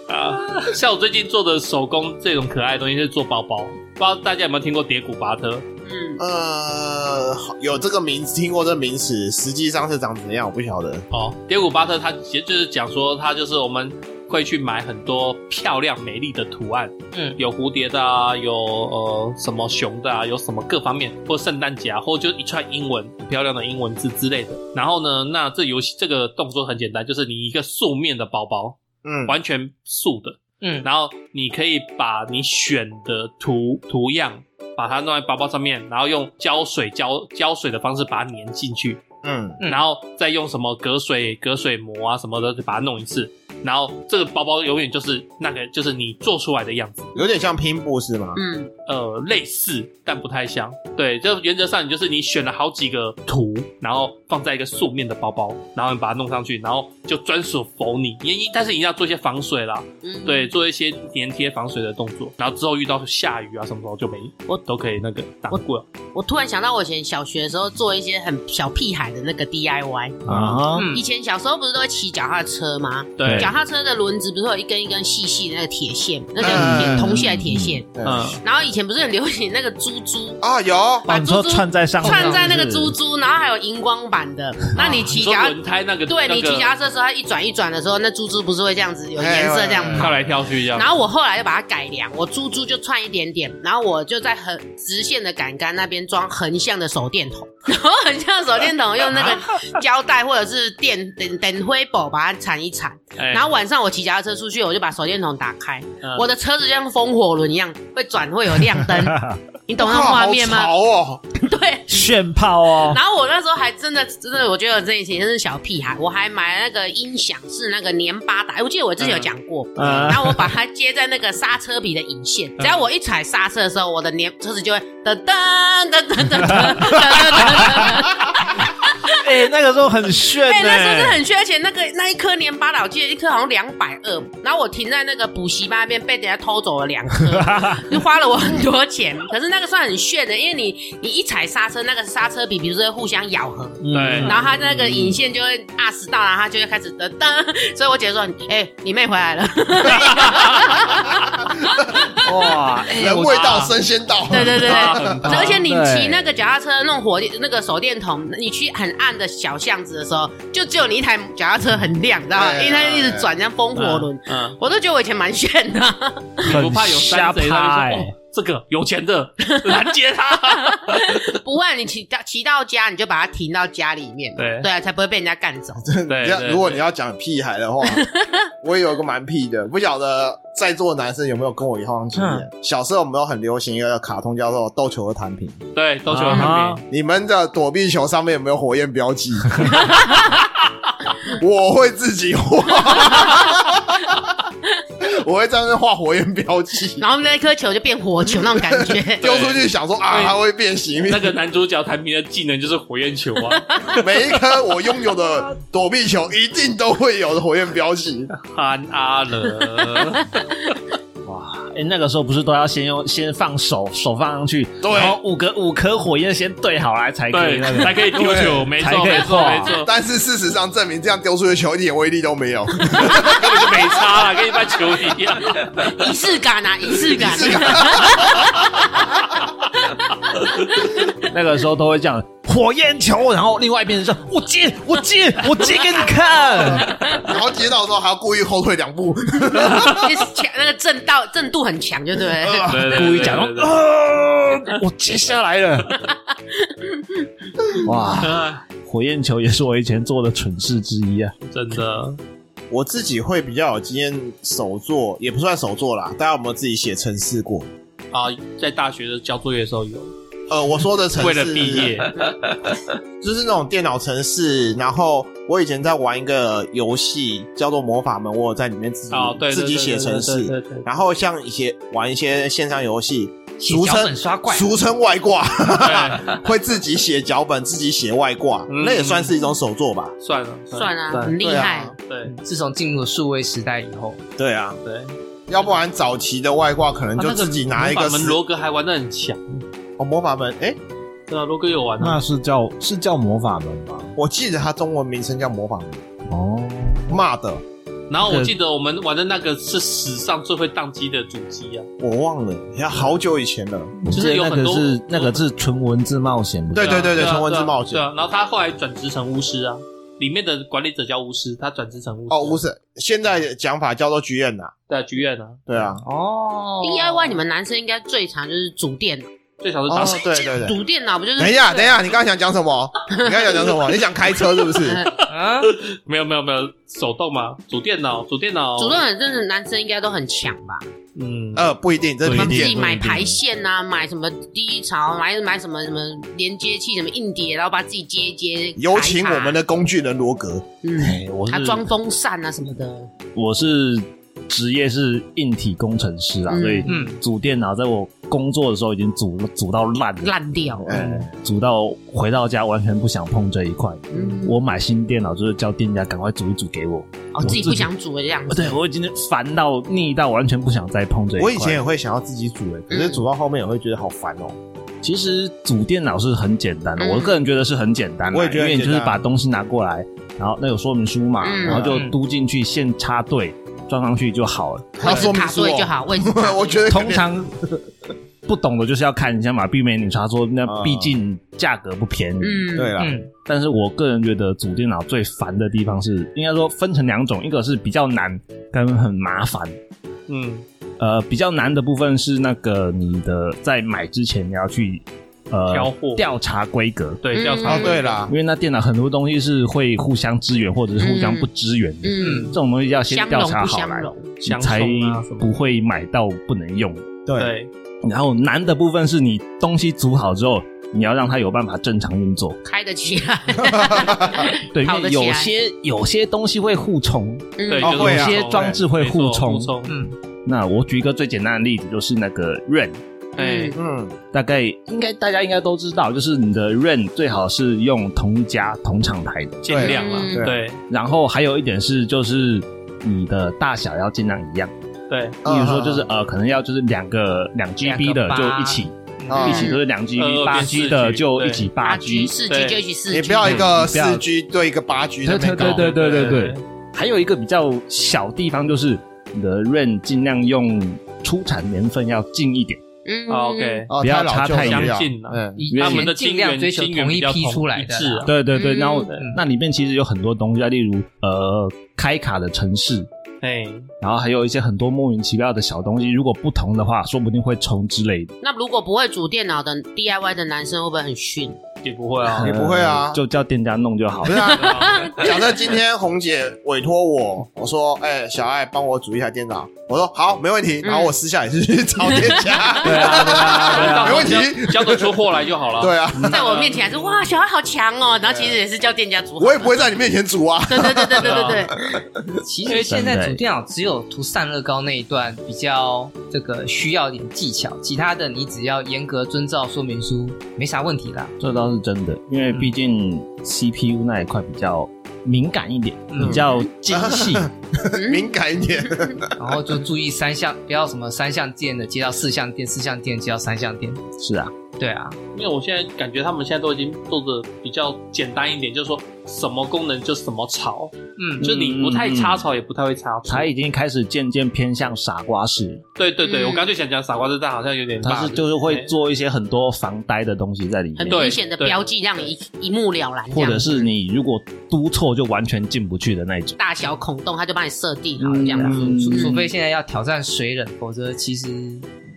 Speaker 5: 啊，像我最近做的手工这种可爱的东西是做包包，不知道大家有没有听过叠骨拔特？
Speaker 2: 嗯，
Speaker 3: [laughs] 呃，好有这个名听过这名词，实际上是长怎样我不晓得。
Speaker 5: 哦，叠骨巴特他其实就是讲说，他就是我们会去买很多漂亮美丽的图案，
Speaker 4: 嗯
Speaker 5: 有蝴蝶的啊，有呃什么熊的啊，有什么各方面，或圣诞节啊，或就一串英文很漂亮的英文字之类的。然后呢，那这游戏这个动作很简单，就是你一个素面的包包，
Speaker 3: 嗯，
Speaker 5: 完全素的，
Speaker 4: 嗯，
Speaker 5: 然后你可以把你选的图图样，把它弄在包包上面，然后用胶水胶胶水的方式把它粘进去，
Speaker 3: 嗯
Speaker 4: 嗯
Speaker 5: 然后再用什么隔水隔水膜啊什么的把它弄一次，然后这个包包永远就是那个就是你做出来的样子，
Speaker 3: 有点像拼布是吗？
Speaker 2: 嗯，
Speaker 5: 呃，类似但不太像。对，就原则上你就是你选了好几个图，然后放在一个素面的包包，然后你把它弄上去，然后就专属否你，你但是你一定要做一些防水啦，
Speaker 2: 嗯
Speaker 5: 对，，做一些粘贴防水的动作，然后之后遇到下雨啊什么时候就没，
Speaker 2: 我
Speaker 5: 都可以那个挡过。
Speaker 2: 我突然想到我以前小学的时候做一些很小屁孩的那个 DIY。
Speaker 1: 啊，
Speaker 4: 嗯
Speaker 2: 以前小时候不是都会骑脚踏车吗？
Speaker 1: 哎
Speaker 5: 对，
Speaker 2: 脚踏车的轮子不是有一根一根细细的那个铁线，那叫
Speaker 3: 嗯
Speaker 2: 铁铜线还是铁线？
Speaker 3: 对
Speaker 5: 嗯，
Speaker 2: 然后以前不是很流行那个珠珠，
Speaker 3: 啊，有
Speaker 2: 把
Speaker 1: 哦把你
Speaker 2: 珠
Speaker 1: 说
Speaker 2: 珠
Speaker 1: 串在上面，
Speaker 2: 串在那个
Speaker 1: 是不
Speaker 2: 珠
Speaker 1: 是
Speaker 2: 珠，然后还有荧光板的。那你骑
Speaker 5: 哦
Speaker 2: 脚
Speaker 5: 你说
Speaker 2: 踏，
Speaker 5: 轮胎那个，
Speaker 2: 对你
Speaker 5: 那个
Speaker 2: 骑脚踏车的时候，它一转一转的时候，那珠珠不是会这样子有
Speaker 3: 哎
Speaker 2: 颜色这样
Speaker 3: 哎
Speaker 2: 跑
Speaker 5: 跳？来跳去这样
Speaker 2: 然。后我后来又把它改良，我珠珠就串一点点，然后我就在横直线的杆杆那边装横向的手电筒， [laughs] 然后横向的手电筒用那个胶带或者是电等等灰布把它缠一缠。
Speaker 5: 哎
Speaker 2: 然后晚上我骑脚踏车出去，我就把手电筒打开，
Speaker 5: 嗯
Speaker 2: 我的车子就像风火轮一样会转，会有亮灯，你懂那种
Speaker 3: 哇
Speaker 2: 画面
Speaker 3: 好
Speaker 2: 吗？
Speaker 3: 潮哦，
Speaker 2: [laughs] 对。
Speaker 1: 炫炮
Speaker 2: [laughs]
Speaker 1: 哦，
Speaker 2: 然后我那时候还真的真的，我觉得我这以前真是小屁孩，我还买了那个音响是那个年八达，哎我记得我之前有讲过，
Speaker 1: 嗯
Speaker 2: 然后我把它接在那个刹车皮的引线，只要我一踩刹车的时候，我的年车子就会噔噔噔噔噔噔噔噔噔。
Speaker 1: 哎，那个时候很炫
Speaker 2: 哎，那时候真的
Speaker 1: 呢，
Speaker 2: 很缺钱，那个那一颗年八达，我记得一颗好像两百二，然后我停在那个补习班那边，被人家偷走了两颗，
Speaker 1: [laughs]
Speaker 2: 就花了我很多钱。可是那个算很炫的，因为你你一踩刹车，那个刹车皮比如说会互相咬合，
Speaker 1: 嗯
Speaker 5: 对
Speaker 2: 然后它那个引线就会二十到，然后它就会开始噔噔。所以我姐说：“哎、你妹回来了。
Speaker 1: 哇，
Speaker 2: 哎
Speaker 3: 人未到神仙到”，
Speaker 2: 对对对
Speaker 5: 啊
Speaker 2: 对。
Speaker 5: 很
Speaker 2: [laughs]
Speaker 5: 棒
Speaker 2: 而且你
Speaker 1: 对
Speaker 2: 骑那个脚踏车弄火那个手电筒，你去很暗的小巷子的时候，就只有你一台脚踏车很亮，你知道吗？
Speaker 3: 对啊
Speaker 2: 因为它一直转，像风火轮。
Speaker 5: 嗯，
Speaker 2: 我都觉得我以前蛮炫的，
Speaker 5: 嗯
Speaker 1: 很
Speaker 5: 不怕有
Speaker 1: 瞎哎
Speaker 5: 山贼
Speaker 1: 拍
Speaker 5: 他就说，哦，这个有
Speaker 1: [laughs]
Speaker 5: 钱的拦截他。
Speaker 3: [laughs]
Speaker 2: 不然你骑到骑到家，你就把它停到家里面，
Speaker 5: 对
Speaker 2: 对啊，才不会被人家干走。
Speaker 5: 对对
Speaker 3: 你要
Speaker 5: 对
Speaker 3: 如果你要讲屁孩的话，我也有一个蛮屁的，不晓得在座的男生有没有跟我一样经验。小时候我们都很流行一个卡通叫做《斗球和弹屏》，
Speaker 5: 对都球很
Speaker 1: 啊
Speaker 5: 平，
Speaker 3: 你们的躲避球上面有没有火焰标
Speaker 5: [laughs]
Speaker 3: 记？我会自己画， [laughs] 我会在那边画火焰标记，
Speaker 2: 然后那颗球就变火球那种感觉，
Speaker 3: [laughs] 丢出去想说啊，
Speaker 5: 对
Speaker 3: 它会变形。
Speaker 5: 那个男主角弹平的技能就是火焰球啊，
Speaker 3: [laughs] 每一颗我拥有的躲避球一定都会有的火焰标记。
Speaker 5: [laughs] 憨阿
Speaker 1: [laughs]
Speaker 5: 了。
Speaker 1: 哎，那个时候不是都要先用先放手，手放上去，
Speaker 3: 对
Speaker 1: 然后五个五颗火焰先对好来才可以
Speaker 5: 对
Speaker 1: 那，个
Speaker 5: 才可以丢球，
Speaker 3: 对
Speaker 5: 没
Speaker 1: 才
Speaker 5: 错，
Speaker 1: 可以
Speaker 5: 没错，
Speaker 1: 画
Speaker 5: 没错，
Speaker 3: 但是事实上证明，这样丢出去的球一点威力都
Speaker 5: [laughs]
Speaker 3: 没有，
Speaker 5: 根本就没差啦，跟一般球
Speaker 3: [laughs]
Speaker 5: 一样。
Speaker 2: 仪式感啊，仪式感。
Speaker 1: 那个时候都会这样，火焰球，然后另外一边是我接我接我接给你看，
Speaker 3: 然后接到的时候还要故意后退两步，
Speaker 2: 就是强那个震道震度很强，就对了。
Speaker 3: [laughs] 哦
Speaker 5: 对
Speaker 1: 故意假哦装呃我接下来
Speaker 5: [laughs]
Speaker 1: 了，哇，
Speaker 5: 啊，
Speaker 1: 火焰球也是我以前做的蠢事之一啊，
Speaker 5: 真的，
Speaker 3: [laughs] 我自己会比较有经验手作，也不算手作啦。大家有没有自己写程式过？
Speaker 5: 啊，在大学的交作业的时候有，
Speaker 3: 呃，我说的程式
Speaker 5: 为了毕，业，啊
Speaker 3: 就是那种电脑程式。然后我以前在玩一个游戏叫做《魔法门》，我有在里面自己、
Speaker 5: 哦，对，对
Speaker 3: 嗯自己写程，式。
Speaker 5: 对对对对对
Speaker 3: 然后像一些玩一些线上游戏，
Speaker 4: 写
Speaker 3: 俗
Speaker 4: 脚
Speaker 3: 称
Speaker 4: 本刷怪，
Speaker 3: 俗称外挂， [laughs]
Speaker 5: 对对
Speaker 3: 会自己写脚本，自己写外挂，
Speaker 5: 嗯
Speaker 3: 那也算是一种手作吧？
Speaker 5: 算了，
Speaker 2: 算啊，
Speaker 5: 算
Speaker 2: 很厉害。
Speaker 5: 对
Speaker 4: 自从进入了数位时代以后，
Speaker 3: 对啊，
Speaker 5: 对，
Speaker 3: 要不然早期的外挂可能
Speaker 5: 啊
Speaker 3: 就
Speaker 5: 那个
Speaker 3: 自己拿一个
Speaker 5: 魔法门
Speaker 3: 石
Speaker 5: 罗格还玩的很强，
Speaker 3: 哦魔法门，哎，
Speaker 5: 对啊，罗格有玩啊，
Speaker 1: 那是叫是叫魔法门吗？
Speaker 3: 我记得它中文名称叫魔法门，
Speaker 1: 哦，
Speaker 3: 骂的
Speaker 5: 然后我记得我们玩的那个是史上最会宕机的主机啊，
Speaker 3: 我忘了，要好久以前了。
Speaker 1: 我记得那个是那个是纯文字冒险的，
Speaker 3: 对对对
Speaker 5: 啊
Speaker 3: 对，
Speaker 5: 啊
Speaker 3: 纯文字冒险
Speaker 5: 对啊，然后他后来转职成巫师啊，里面的管理者叫巫师，他转职成巫师啊
Speaker 3: 哦，巫师现在的讲法叫做剧院呐，
Speaker 5: 对啊剧院啊，
Speaker 3: 对啊，
Speaker 4: 哦
Speaker 2: DIY 你们男生应该最常就是组电脑，
Speaker 5: 最少是打
Speaker 3: 哦
Speaker 5: 手，
Speaker 3: 对对
Speaker 5: [laughs]
Speaker 3: 对。
Speaker 2: 组电脑不就是？啊
Speaker 3: 等一下，等一下，你刚刚想讲什么？你刚刚想讲
Speaker 1: [laughs]
Speaker 3: 什么？你想开车是不是？
Speaker 4: 啊，
Speaker 5: 没有没有没有手动嘛，主电脑主电脑
Speaker 2: 主动很真的男生应该都很强吧？
Speaker 5: 嗯
Speaker 3: 呃，不一定，这
Speaker 1: 不
Speaker 2: 他
Speaker 1: 一
Speaker 2: 们
Speaker 1: 定
Speaker 2: 自
Speaker 3: 点
Speaker 2: 己买排线啊，买什么低潮，买买什么什么连接器，什么硬碟，然后把自己接一接。
Speaker 3: 有请
Speaker 2: 卡一卡
Speaker 3: 我们的工具人罗格。
Speaker 2: 嗯，
Speaker 1: 哎，我
Speaker 2: 他
Speaker 1: 是
Speaker 2: 装风扇啊什么的。
Speaker 1: 我是职业是硬体工程师啊，
Speaker 2: 嗯
Speaker 1: 所以
Speaker 4: 嗯
Speaker 1: 组电脑在我工作的时候已经组组到烂了，
Speaker 2: 烂掉。
Speaker 1: 哎，
Speaker 3: 嗯
Speaker 1: 组到回到家完全不想碰这一块。
Speaker 2: 嗯，
Speaker 1: 我买新电脑就是叫店家赶快组一组给我，
Speaker 3: 嗯
Speaker 1: 哦
Speaker 2: 哦自己不想煮的这样子。
Speaker 1: 对我已经烦到腻到完全不想再碰这一块。嗯
Speaker 3: 我以前也会想要自己 [laughs] 煮诶，可是煮到后面也会觉得好烦哦。
Speaker 1: 其实组电脑是很简单的，
Speaker 2: 嗯
Speaker 1: 我个人觉得是很简单的，
Speaker 3: 我也觉得很
Speaker 1: 因为你就是
Speaker 3: 简单
Speaker 1: 把东西拿过来，然后那有说明书嘛，
Speaker 2: 嗯
Speaker 1: 然后就嘟进去，线插对，装上去就好
Speaker 3: [laughs]
Speaker 1: 了。
Speaker 2: 位
Speaker 3: 他
Speaker 2: 置
Speaker 3: 说明
Speaker 2: 卡
Speaker 3: 书哦
Speaker 2: 对就好，位置卡对
Speaker 3: 我觉得
Speaker 1: 通常不懂的就是要看一下嘛，避免你查说那
Speaker 3: 啊
Speaker 1: 毕竟价格不便宜。
Speaker 2: 嗯，
Speaker 3: 对啦，
Speaker 4: 嗯，
Speaker 1: 但是我个人觉得组电脑最烦的地方是，应该说分成两种，一个是比较难跟很麻烦。
Speaker 5: 嗯
Speaker 1: 呃，比较难的部分是那个你的在买之前你要去呃
Speaker 5: 挑货嗯
Speaker 1: 调查规格，
Speaker 2: 嗯
Speaker 5: 对调查
Speaker 3: 哦对啦
Speaker 1: 因，为那电脑很多东西是会互相支援或者是互相不支援的，
Speaker 2: 嗯，
Speaker 1: 这种东西要先
Speaker 2: 相
Speaker 1: 调
Speaker 2: 容
Speaker 1: 查
Speaker 2: 不
Speaker 1: 好
Speaker 2: 相
Speaker 1: 来，
Speaker 2: 容，
Speaker 1: 你
Speaker 5: 相
Speaker 1: 才
Speaker 5: 冲啊什么
Speaker 1: 不会买到不能用。
Speaker 3: 对，
Speaker 5: 对
Speaker 1: 然后难的部分是你东西组好之后，你要让它有办法正常运作。
Speaker 2: 开得起来。
Speaker 1: 对，因
Speaker 2: 跑得
Speaker 1: 为
Speaker 2: 起来
Speaker 1: 有些有些东西会互冲，
Speaker 5: 对，
Speaker 2: 嗯，
Speaker 5: 就是
Speaker 3: 哦会啊
Speaker 1: 有些装置会互冲
Speaker 5: 没错互冲，
Speaker 4: 嗯，
Speaker 1: 那我举一个最简单的例子，就是那个 RAM，
Speaker 5: 哎
Speaker 2: 嗯，
Speaker 3: 嗯，
Speaker 1: 大概应该大家应该都知道，就是你的 RAM 最好是用同一家同厂牌的，
Speaker 5: 尽量啦，
Speaker 2: 嗯
Speaker 5: 对
Speaker 1: 然后还有一点是就是。你的大小要尽量一样，
Speaker 5: 对，
Speaker 3: 嗯
Speaker 1: 例如说就是呃，可能要就是两个两 GB 的
Speaker 4: 两个八
Speaker 1: 就一起，
Speaker 3: 啊
Speaker 1: 一起就是两 GB
Speaker 5: 嗯
Speaker 1: 八 G 的
Speaker 5: 变四 G
Speaker 1: 就一起八 G，
Speaker 2: 四 G
Speaker 5: 对
Speaker 2: 就去四 G，
Speaker 3: 你不要一个
Speaker 1: 嗯你不要
Speaker 3: 四 G 对一个八 G
Speaker 1: 对
Speaker 3: 的那
Speaker 1: 对对对
Speaker 3: 个，
Speaker 1: 对对对
Speaker 5: 对对。
Speaker 1: 还有一个比较小地方就是你的 RAM 尽量用出产年份要近一点，
Speaker 2: 嗯
Speaker 5: 好 OK，
Speaker 3: 哦，
Speaker 1: 不要
Speaker 3: 太老
Speaker 1: 差
Speaker 3: 旧
Speaker 1: 太
Speaker 3: 不
Speaker 1: 远
Speaker 3: 要
Speaker 5: 相啊近啦
Speaker 3: 嗯，
Speaker 4: 以
Speaker 1: 因为
Speaker 5: 他们的
Speaker 4: 前尽
Speaker 5: 晶圆
Speaker 4: 量追求
Speaker 5: 晶圆
Speaker 4: 同
Speaker 5: 比
Speaker 4: 一
Speaker 5: 较
Speaker 4: 批
Speaker 5: 统
Speaker 4: 出来
Speaker 5: 一
Speaker 4: 的
Speaker 5: 致
Speaker 4: 啦
Speaker 5: 啊，
Speaker 1: 对对对，
Speaker 2: 嗯
Speaker 1: 然后
Speaker 5: 嗯
Speaker 1: 那里面其实有很多东西啊，例如呃开卡的城市，
Speaker 5: 哎，
Speaker 1: 然后还有一些很多莫名其妙的小东西，如果不同的话，说不定会重之类的。
Speaker 2: 那如果不会煮电脑的 DIY 的男生会不会很逊？
Speaker 5: 也不会
Speaker 1: [laughs]
Speaker 5: 啊
Speaker 3: 也，不会啊
Speaker 1: 呃就叫店家弄就好
Speaker 3: 不
Speaker 1: 了。
Speaker 3: 是啊， [laughs]
Speaker 5: 对
Speaker 3: 假
Speaker 5: 啊
Speaker 3: 设今天红姐委托我，我说，哎、小爱帮我组一台电脑，我说好，没问题。
Speaker 2: 嗯
Speaker 3: 然后我私下也是去找店
Speaker 1: [laughs]
Speaker 3: 家，
Speaker 1: 对啊，对啊，对啊
Speaker 3: 没问题
Speaker 5: 交交得出货来就好了。
Speaker 3: 对啊，
Speaker 2: 在我面前还是哇，小孩好强哦，然后其实也是叫店家煮好。
Speaker 3: 我也不会在你面前组啊。
Speaker 2: 对对对对对对对，
Speaker 4: 其实现在主电脑只有涂散乐高那一段比较这个需要点技巧，其他的你只要严格遵照说明书，没啥问题啦。
Speaker 1: 这倒是真的，因为毕竟 CPU 那一块比较敏感一点，
Speaker 4: 嗯
Speaker 1: 比较精
Speaker 3: [laughs]
Speaker 1: 细。
Speaker 3: 敏感一点，
Speaker 4: 然后就注意三项，不要什么三项电的接到四项电，四项电接到三项电。
Speaker 1: 是啊，
Speaker 4: 对啊，
Speaker 5: 因为我现在感觉他们现在都已经做的比较简单一点，就是说什么功能就什么槽，
Speaker 4: 嗯，
Speaker 5: 就你不太插槽，也不太会插槽
Speaker 1: 它。已经开始渐渐偏向傻瓜式，
Speaker 5: 对对对，
Speaker 2: 嗯
Speaker 5: 我刚刚就想讲傻瓜这但好像有点
Speaker 1: 它
Speaker 5: 大，
Speaker 1: 是就是会做一些很多防呆的东西在里
Speaker 2: 很
Speaker 1: 面。
Speaker 2: 明显的标记让你一一目了然，这
Speaker 1: 或
Speaker 2: 样
Speaker 1: 者是你如果督错就完全进不去的那一种。
Speaker 2: 大小孔洞他就帮你设定好了这样子。
Speaker 1: 嗯
Speaker 4: 除除非现在要挑战水冷，否则其实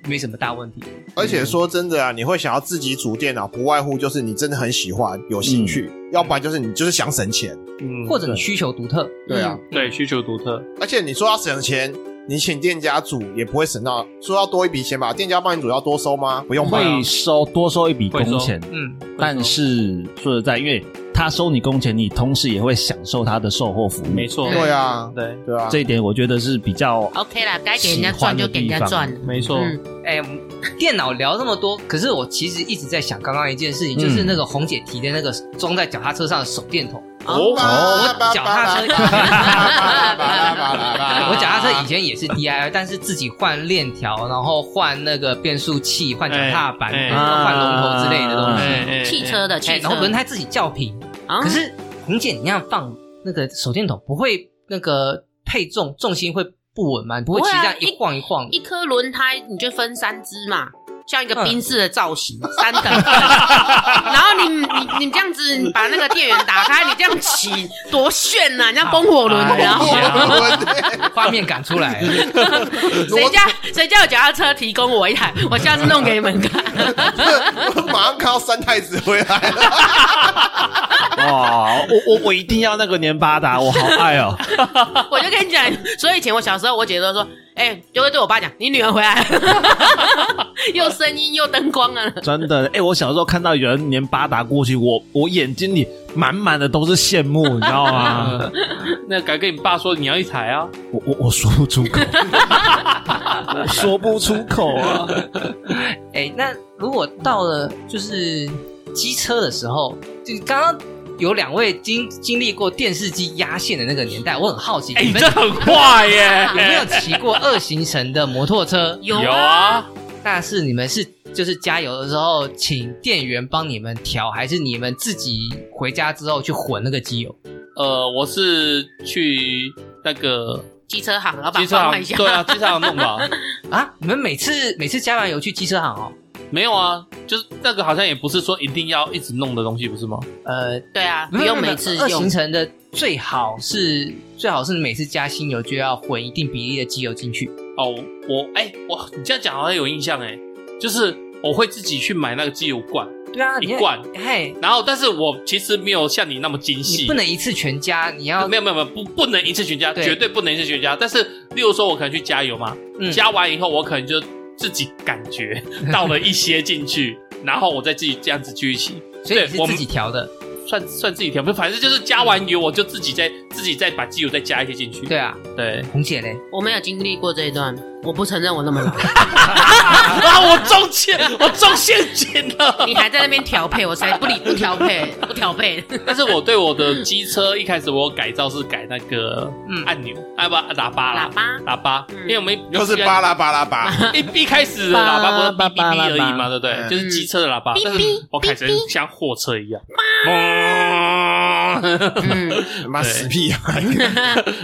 Speaker 4: 没什么大问题。
Speaker 3: [laughs] 而且说真的啊，你会想要自己组电脑，不外乎就是你真的很喜欢、有兴趣，要不然就是你就是想省钱。
Speaker 5: 嗯
Speaker 4: 或者你需求独特，
Speaker 3: 对啊，
Speaker 5: 对需求独特，
Speaker 3: 而且你说要省钱，你请店家组也不会省到，说要多一笔钱吧？店家帮你组要多收吗？不用吧？
Speaker 1: 会收多收一笔工钱，
Speaker 4: 嗯，
Speaker 1: 但是说实在，因为他收你工钱，你同时也会享受他的售后服务，
Speaker 5: 没错，啊
Speaker 3: 对啊，
Speaker 5: 对，
Speaker 3: 对啊，
Speaker 1: 这一点我觉得是比较
Speaker 2: OK 啦，该给人家赚就给人家赚。
Speaker 5: 没错，
Speaker 2: 嗯
Speaker 4: 哎、我们电脑聊这么多，可是我其实一直在想刚刚一件事
Speaker 1: 嗯
Speaker 4: 情，就是那个红姐提的那个装在脚踏车上的手电筒。
Speaker 5: 哦
Speaker 3: 巴拉
Speaker 4: 脚踏车
Speaker 3: 巴拉巴拉巴拉巴拉巴
Speaker 2: 啊
Speaker 3: 拉
Speaker 4: 我脚踏车以前也是 DIY，但是自己换链条，然后换那个变速器，换脚踏板，
Speaker 5: 哎哎
Speaker 4: 然后换龙头之类的东西，
Speaker 5: 哎哎
Speaker 2: 汽车的
Speaker 4: 哎
Speaker 2: 汽车
Speaker 4: 然后轮胎自己叫平。
Speaker 2: 啊
Speaker 4: 可是红姐，你那样放那个手电筒，不会那个配重重心会不稳吗？你不会
Speaker 2: 不
Speaker 4: 骑
Speaker 2: 会啊
Speaker 4: 这样一
Speaker 2: 一
Speaker 4: 晃一晃的？
Speaker 2: 一颗轮胎你就分三只嘛，像一个宾士的造型，三等份。然后你你你这样子，你把那个电源打开，你这样骑多炫呐、啊！你像风火轮，
Speaker 4: 哎
Speaker 2: 然
Speaker 4: 呀
Speaker 2: 后
Speaker 4: [laughs] 画面感
Speaker 2: [laughs]
Speaker 4: 出来了，
Speaker 2: 谁家谁家有脚踏车提供我一台，我下次弄给你们看。
Speaker 3: 我马上看到三太子回来了，
Speaker 1: [laughs] 哇，我我我一定要那个年巴达，我好爱
Speaker 5: [laughs]
Speaker 1: 哦！
Speaker 2: 我就跟你讲，所以以前我小时候，我姐都说，哎、就会对我爸讲，你女儿回来了，又声音又灯光啊。
Speaker 1: 真的，哎、我小时候看到有人年巴达过去，我我眼睛里满满的都是羡慕，你知道吗？
Speaker 5: [laughs] 嗯那改跟你爸说你要一台啊，
Speaker 1: 我我我说不出
Speaker 5: [laughs]
Speaker 1: 口，我说不出口啊！
Speaker 5: [laughs]
Speaker 4: 哎、那如果到了就是机车的时候，就刚刚有两位经经历过电视机压线的那个年代，我很好奇，
Speaker 5: 哎、
Speaker 4: 你
Speaker 5: 你
Speaker 4: 们
Speaker 5: 这很快耶！
Speaker 4: 有 [laughs] 没有骑过二行程的摩托 [laughs] 车？
Speaker 2: 有
Speaker 5: 有
Speaker 2: 啊，
Speaker 5: 啊，
Speaker 4: 那是你们是就是加油的时候请店员帮你们调，还是你们自己回家之后去混那个机油？
Speaker 5: 呃，我是去那个
Speaker 2: 机车行老板
Speaker 5: 机车
Speaker 2: 帮我一下。
Speaker 5: 行，对啊，机车行弄吧。 [laughs]
Speaker 4: 啊，你们每次每次加完油去机车行哦？
Speaker 5: 没有啊，就是那个好像也不是说一定要一直弄的东西，不是吗？
Speaker 4: 呃，
Speaker 2: 对啊，不
Speaker 4: 没有
Speaker 2: 用
Speaker 4: 没有
Speaker 2: 每次
Speaker 4: 二
Speaker 2: 用
Speaker 4: 行。程的最好是最好是每次加新油就要混一定比例的机油进去。
Speaker 5: 哦，我哎、我你这样讲好像有印象哎，就是我会自己去买那个机油罐，
Speaker 4: 对啊，
Speaker 5: 一
Speaker 4: 你看
Speaker 5: 罐
Speaker 4: 嘿，
Speaker 5: 然后但是我其实没有像你那么精
Speaker 4: 你
Speaker 5: 细
Speaker 4: 不。能一次全加，你要
Speaker 5: 没有没有没有，不不能一次全加，
Speaker 4: 对
Speaker 5: 绝对不能一次全加。但是，例如说，我可能去加油嘛，
Speaker 4: 嗯
Speaker 5: 加完以后，我可能就自己感觉 [laughs] 倒了一些进去，然后我再自己这样子去洗，
Speaker 4: 所以你
Speaker 5: 对我
Speaker 4: 是
Speaker 5: 们
Speaker 4: 自己调的，
Speaker 5: 算算自己调，反正就是加完油，我就自己再自己再把机油再加一些进去。
Speaker 4: 对啊，
Speaker 5: 对，
Speaker 4: 红姐嘞，
Speaker 2: 我没有经历过这一段，我不承认我那么老。 [laughs]
Speaker 5: 啊，我中陷，我中陷阱了。
Speaker 2: 你还在那边调配，我才不理不调
Speaker 5: [laughs]
Speaker 2: 配，不调配。
Speaker 5: 但是我对我的机车一开始我有改造是改那个
Speaker 4: 嗯
Speaker 5: 按钮，啊不喇叭
Speaker 2: 喇
Speaker 5: 啦，
Speaker 2: 叭，
Speaker 5: 喇叭，
Speaker 2: 嗯
Speaker 5: 因为我们
Speaker 3: 又是巴拉巴拉巴，
Speaker 5: 一一开始的喇叭不是
Speaker 1: 叭
Speaker 5: 哔哔
Speaker 1: 叭
Speaker 5: 哔
Speaker 1: 叭
Speaker 5: 而已嘛，对不对？
Speaker 3: 嗯
Speaker 5: 就是机车的喇叭，
Speaker 2: 哔
Speaker 5: 但是
Speaker 2: 哔
Speaker 5: 我改成像货车一样， [laughs] 嗡 [laughs]
Speaker 2: 嗯，
Speaker 3: 妈
Speaker 5: 对
Speaker 3: 死屁啊！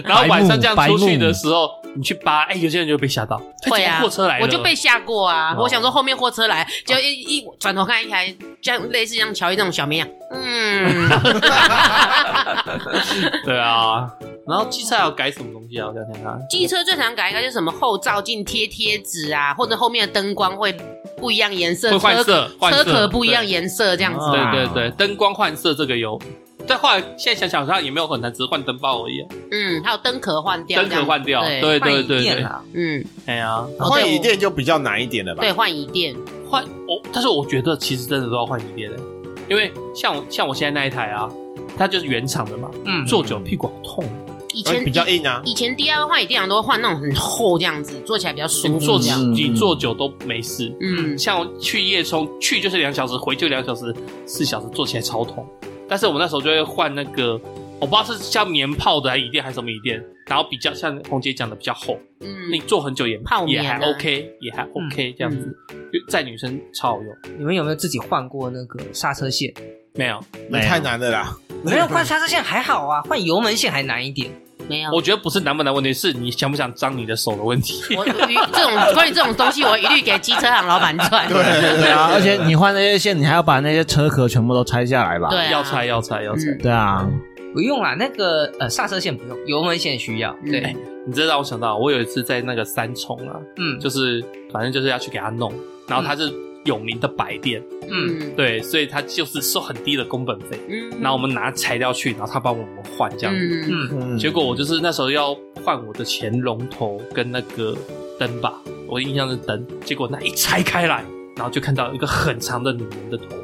Speaker 5: 然后晚上这样
Speaker 1: 白
Speaker 5: 出
Speaker 1: 目
Speaker 5: 去的时候，你去扒，哎，有些人就会被吓到，哎
Speaker 2: 会
Speaker 5: 怎
Speaker 2: 啊
Speaker 5: 么货车来了，
Speaker 2: 我就被吓过啊！
Speaker 5: 哦
Speaker 2: 我想说后面货车来，就一一转头看一台像类似像乔伊那种小绵羊，
Speaker 5: [laughs]
Speaker 2: 嗯，
Speaker 5: 对啊。然后机车还要改什么东西啊？我想想看，
Speaker 2: 机车最常改应该就是什么后照镜贴贴纸啊，或者后面的灯光会不一样颜色，
Speaker 5: 会换
Speaker 2: 车
Speaker 5: 色，换
Speaker 2: 车
Speaker 5: 色
Speaker 2: 壳不一样
Speaker 5: 对
Speaker 2: 颜色这样子吧。
Speaker 5: 对对对，灯光换色这个有，但后来啊现在想想，它也没有很难，只是换灯泡而已，
Speaker 2: 嗯，还有灯壳换掉，
Speaker 5: 灯壳换掉，
Speaker 2: 这样
Speaker 5: 对对
Speaker 4: 换
Speaker 5: 对
Speaker 4: 一
Speaker 5: 对
Speaker 4: 遍，啦，
Speaker 2: 嗯，
Speaker 5: 哎呀，
Speaker 2: 哦
Speaker 3: 换椅，
Speaker 2: 对
Speaker 3: 垫就比较难一点了
Speaker 2: 我
Speaker 3: 吧？
Speaker 2: 对，换椅垫，
Speaker 5: 换我，但是我觉得其实真的都要换一遍的，因为像我像我现在那一台啊，它就是原厂的嘛，
Speaker 4: 嗯，
Speaker 5: 坐久屁股好痛，
Speaker 2: 以
Speaker 3: 哎
Speaker 2: 前
Speaker 3: 比较硬啊。
Speaker 2: 以前 DIY 换椅垫都会换那种很厚这样子，坐起来比较舒
Speaker 5: 你
Speaker 2: 服。
Speaker 5: 坐
Speaker 2: 这
Speaker 5: 久
Speaker 2: 样，
Speaker 1: 嗯
Speaker 5: 你坐久都没事。
Speaker 2: 嗯，
Speaker 5: 像我去夜冲，去就是两小时，回就两小时，四小时坐起来超痛。但是我们那时候就会换那个，我不知道是像棉泡的还是椅垫还是什么椅垫，然后比较像红姐讲的比较厚，
Speaker 2: 嗯
Speaker 5: 你坐很久也
Speaker 2: 泡
Speaker 5: 也
Speaker 2: 棉
Speaker 5: 还
Speaker 2: 啊嗯
Speaker 5: OK，也还 OK 这样子，就在女生超好用。
Speaker 4: 你们有没有自己换过那个刹车线？
Speaker 5: 没有，
Speaker 1: 没
Speaker 3: 那
Speaker 1: 有
Speaker 3: 太难了啦，
Speaker 4: [laughs] 没有换刹车线还好啊，换油门线还难一点。
Speaker 2: 没有。
Speaker 5: 我觉得不是难不难问题，是你想不想脏你的手的问题。
Speaker 2: 我我于这种关于这种东西，我一律给机车行老板赚。
Speaker 3: 对
Speaker 1: 对啊，而且你换那些线，你还要把那些车壳全部都拆下来吧？
Speaker 2: 对啊
Speaker 5: [laughs] 要拆要拆要拆。
Speaker 2: 嗯
Speaker 1: 对啊，
Speaker 4: 不用啦，那个呃刹车线不用，油门线需要。
Speaker 2: 嗯
Speaker 4: 对，
Speaker 5: 你这让我想到，我有一次在那个三重啊，
Speaker 4: 嗯
Speaker 5: 就是反正就是要去给他弄，然后
Speaker 2: 嗯
Speaker 5: 他是有名的白店，
Speaker 4: 嗯，
Speaker 5: 对，所以他就是收很低的工本费，
Speaker 2: 嗯
Speaker 5: 然后我们拿材料去，然后他帮我们换这样子。
Speaker 2: 嗯
Speaker 4: 嗯
Speaker 3: 嗯
Speaker 5: 结果我就是那时候要换我的前龙头跟那个灯吧，我印象是灯。结果那一拆开来，然后就看到一个很长的女人的头发。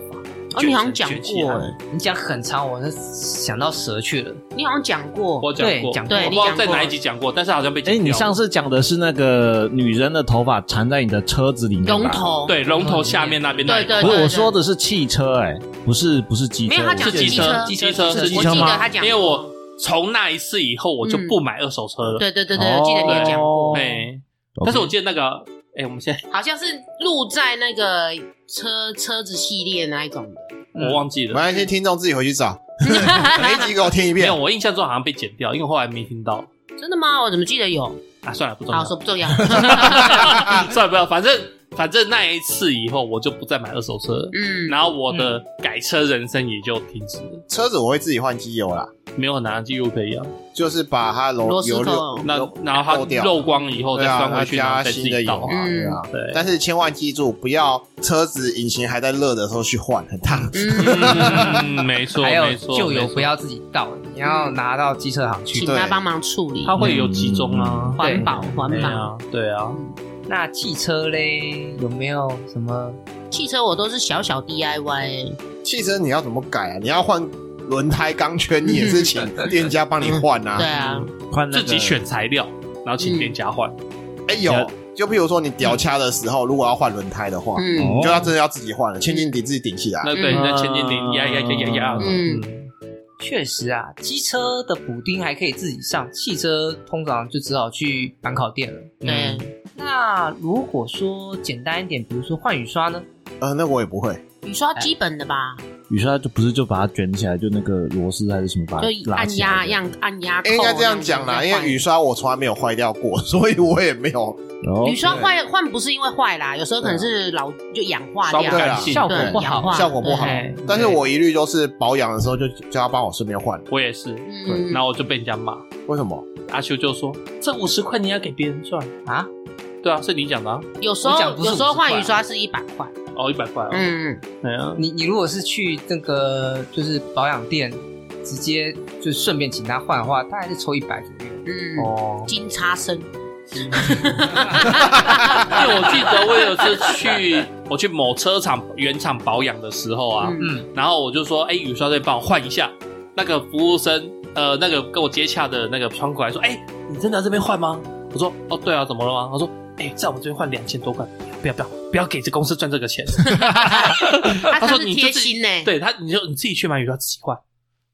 Speaker 2: 哦
Speaker 5: 卷
Speaker 2: 你好像
Speaker 5: 成
Speaker 2: 讲
Speaker 5: 卷起来
Speaker 2: 过哎
Speaker 4: 你讲很长，我是想到蛇去了。
Speaker 2: 你好像欸讲过，
Speaker 5: 我讲
Speaker 4: 对
Speaker 5: 过，
Speaker 4: 讲
Speaker 2: 过
Speaker 5: 我不知道在哪一集讲过，但是好像被
Speaker 1: 哎，
Speaker 5: 剪
Speaker 1: 你
Speaker 5: 掉了
Speaker 1: 上次讲的是那个女人的头发缠在你的车子里面吧
Speaker 2: 龙，头，
Speaker 5: 对龙头下面那边那一块
Speaker 2: 对
Speaker 1: 不
Speaker 2: 对
Speaker 1: 是
Speaker 2: 对
Speaker 1: 我说的是汽车，哎，不是不是机车，
Speaker 2: 没有他讲
Speaker 1: 我记得
Speaker 5: 机
Speaker 2: 机车
Speaker 5: 机车
Speaker 1: 是机
Speaker 2: 我
Speaker 1: 车
Speaker 2: 记
Speaker 1: 吗
Speaker 2: 得他讲过，
Speaker 5: 因为我从那一次以后，我就不买二手车了。
Speaker 2: 对对对对，我记得你也讲过，
Speaker 1: 哦
Speaker 5: 哎，但是我记得那个，哎，我们现在
Speaker 2: 好像是录在那个车车子系列那一种的。
Speaker 4: 嗯
Speaker 5: 我忘
Speaker 3: 没
Speaker 5: 记了，
Speaker 3: 关系，听众自己回去
Speaker 5: [laughs]
Speaker 3: 找，每一集给我听一
Speaker 5: 没
Speaker 3: 遍
Speaker 5: 有，。我印象中好像被剪掉，因为后来没听到。
Speaker 2: 真的吗？我怎么记得有？
Speaker 5: 啊，算了，不重
Speaker 2: 好，
Speaker 5: 要，
Speaker 2: 说不重要。
Speaker 5: [laughs] 算了，不要，反正反正那一次以后，我就不再买二手车了，
Speaker 2: 嗯，
Speaker 5: 然后我的改车人生也就停止了，
Speaker 3: 车子我会自己换机油啦，
Speaker 5: 没有很难，几乎可以啊。
Speaker 3: 就是把它
Speaker 2: 螺
Speaker 3: 揉
Speaker 2: 丝
Speaker 3: 油
Speaker 2: 扣
Speaker 3: 漏
Speaker 5: 那
Speaker 3: 漏
Speaker 5: 然后
Speaker 3: 漏
Speaker 5: 它
Speaker 3: 掉
Speaker 5: 漏光以后再
Speaker 3: 对啊
Speaker 5: 算回去，
Speaker 3: 然
Speaker 5: 然
Speaker 3: 后加
Speaker 5: 后再自
Speaker 3: 新
Speaker 5: 己
Speaker 3: 的
Speaker 5: 倒
Speaker 3: 油
Speaker 5: 啊。
Speaker 3: 啊，对啊。
Speaker 5: 对，
Speaker 3: 但是千万记住，不要车子引擎还在热的时候去换，很烫。
Speaker 5: 嗯，没错，
Speaker 4: [laughs] 还
Speaker 5: 没
Speaker 4: 有
Speaker 5: 错，
Speaker 4: 旧油
Speaker 5: 没错
Speaker 4: 不要自己倒，你要拿到机车
Speaker 5: 嗯
Speaker 4: 行去
Speaker 2: 请
Speaker 3: 对。
Speaker 2: 他帮忙处理，
Speaker 5: 它会有集中啊，
Speaker 4: 对嗯
Speaker 2: 环保环
Speaker 5: 对
Speaker 2: 保。
Speaker 5: 啊，对啊，
Speaker 4: 那汽车嘞，有没有什么？
Speaker 2: 汽车我都是小小 DIY，欸
Speaker 3: 汽车你要怎么改啊？你要换轮胎钢圈，你也是请店家帮你换啊
Speaker 2: 对。
Speaker 5: 嗯
Speaker 2: 啊，
Speaker 1: 换那
Speaker 5: 自
Speaker 1: 个
Speaker 5: 己选材料，然后请店家换。
Speaker 3: 哎有
Speaker 1: 要，
Speaker 3: 就譬如说你屌掐的时候，如果要换轮胎的话，
Speaker 2: 嗯
Speaker 1: 哦
Speaker 3: 你就要真的要自己换了，千斤顶自己顶起来。
Speaker 5: 那对，那千斤顶呀呀呀呀呀，
Speaker 2: 嗯
Speaker 5: 嗯，
Speaker 4: 确实啊，机车的补丁还可以自己上，汽车通常就只好去板烤店了。
Speaker 3: 嗯
Speaker 5: 嗯
Speaker 2: 对，
Speaker 4: 那如果说简单一点，比如说换雨刷呢？
Speaker 3: 呃，那我也不会。
Speaker 2: 你说基本的吧，
Speaker 1: 雨刷就不是就把它卷起来，就那个螺丝还是什么把它
Speaker 2: 就
Speaker 1: 拉
Speaker 2: 按
Speaker 1: 起来
Speaker 2: 压
Speaker 1: 的
Speaker 2: 样按压扣
Speaker 3: 哎
Speaker 2: 那种再
Speaker 3: 应该
Speaker 2: 换。
Speaker 3: 这样讲啦，因为雨刷我从来没有坏掉过， [laughs] 所以我也没有。
Speaker 1: 哦
Speaker 5: 嗯
Speaker 2: 雨刷坏换不是因为坏啦，有时候可能是老就氧化
Speaker 5: 刷不
Speaker 2: 掉，
Speaker 3: 对啊
Speaker 5: 干
Speaker 3: 啦
Speaker 5: 净。
Speaker 4: 效果
Speaker 2: 对啊
Speaker 4: 不
Speaker 2: 氧
Speaker 4: 好
Speaker 2: 化
Speaker 3: 效果不好
Speaker 2: 对
Speaker 4: 哎
Speaker 3: 但是我一律就是保养的时候就叫他帮我顺便换。
Speaker 5: 我也是，
Speaker 2: 嗯，
Speaker 5: 然后我就被人家骂。
Speaker 3: 为什么？
Speaker 5: 阿修就说：“这五十块你要给别人赚
Speaker 4: 啊？
Speaker 5: 对啊，是你讲的啊。
Speaker 2: 有时
Speaker 4: 我
Speaker 2: 候
Speaker 4: 讲不是
Speaker 2: 有时候
Speaker 4: 50块
Speaker 2: 换雨刷是一百块，
Speaker 5: 哦，一百块哦。
Speaker 2: 嗯，
Speaker 5: 对啊，
Speaker 4: 你你如果是去那个就是保养店，直接就顺便请他换的话，大概是抽一百左右。
Speaker 2: 嗯，
Speaker 5: 哦，
Speaker 2: 金叉身，嗯
Speaker 5: 因为我记得我有一次去我去某车厂原厂保养的时候啊，
Speaker 2: 嗯，
Speaker 4: 嗯，
Speaker 5: 然后我就说：“哎，雨刷队帮我换一下。”那个服务生，呃，那个跟我接洽的那个窗口来说：“哎，你真的要这边换吗？”我说：“哦，对啊，怎么了吗？”他说：“哎，在我们这边换两千多块，不要不要不要不要给这公司赚这
Speaker 2: [laughs]
Speaker 5: 个钱。
Speaker 2: 他
Speaker 5: 说
Speaker 2: 算啊是
Speaker 5: 你就
Speaker 2: 贴
Speaker 5: 自己
Speaker 2: 心呢，
Speaker 5: 对他，你就你自己去买雨刷自己换，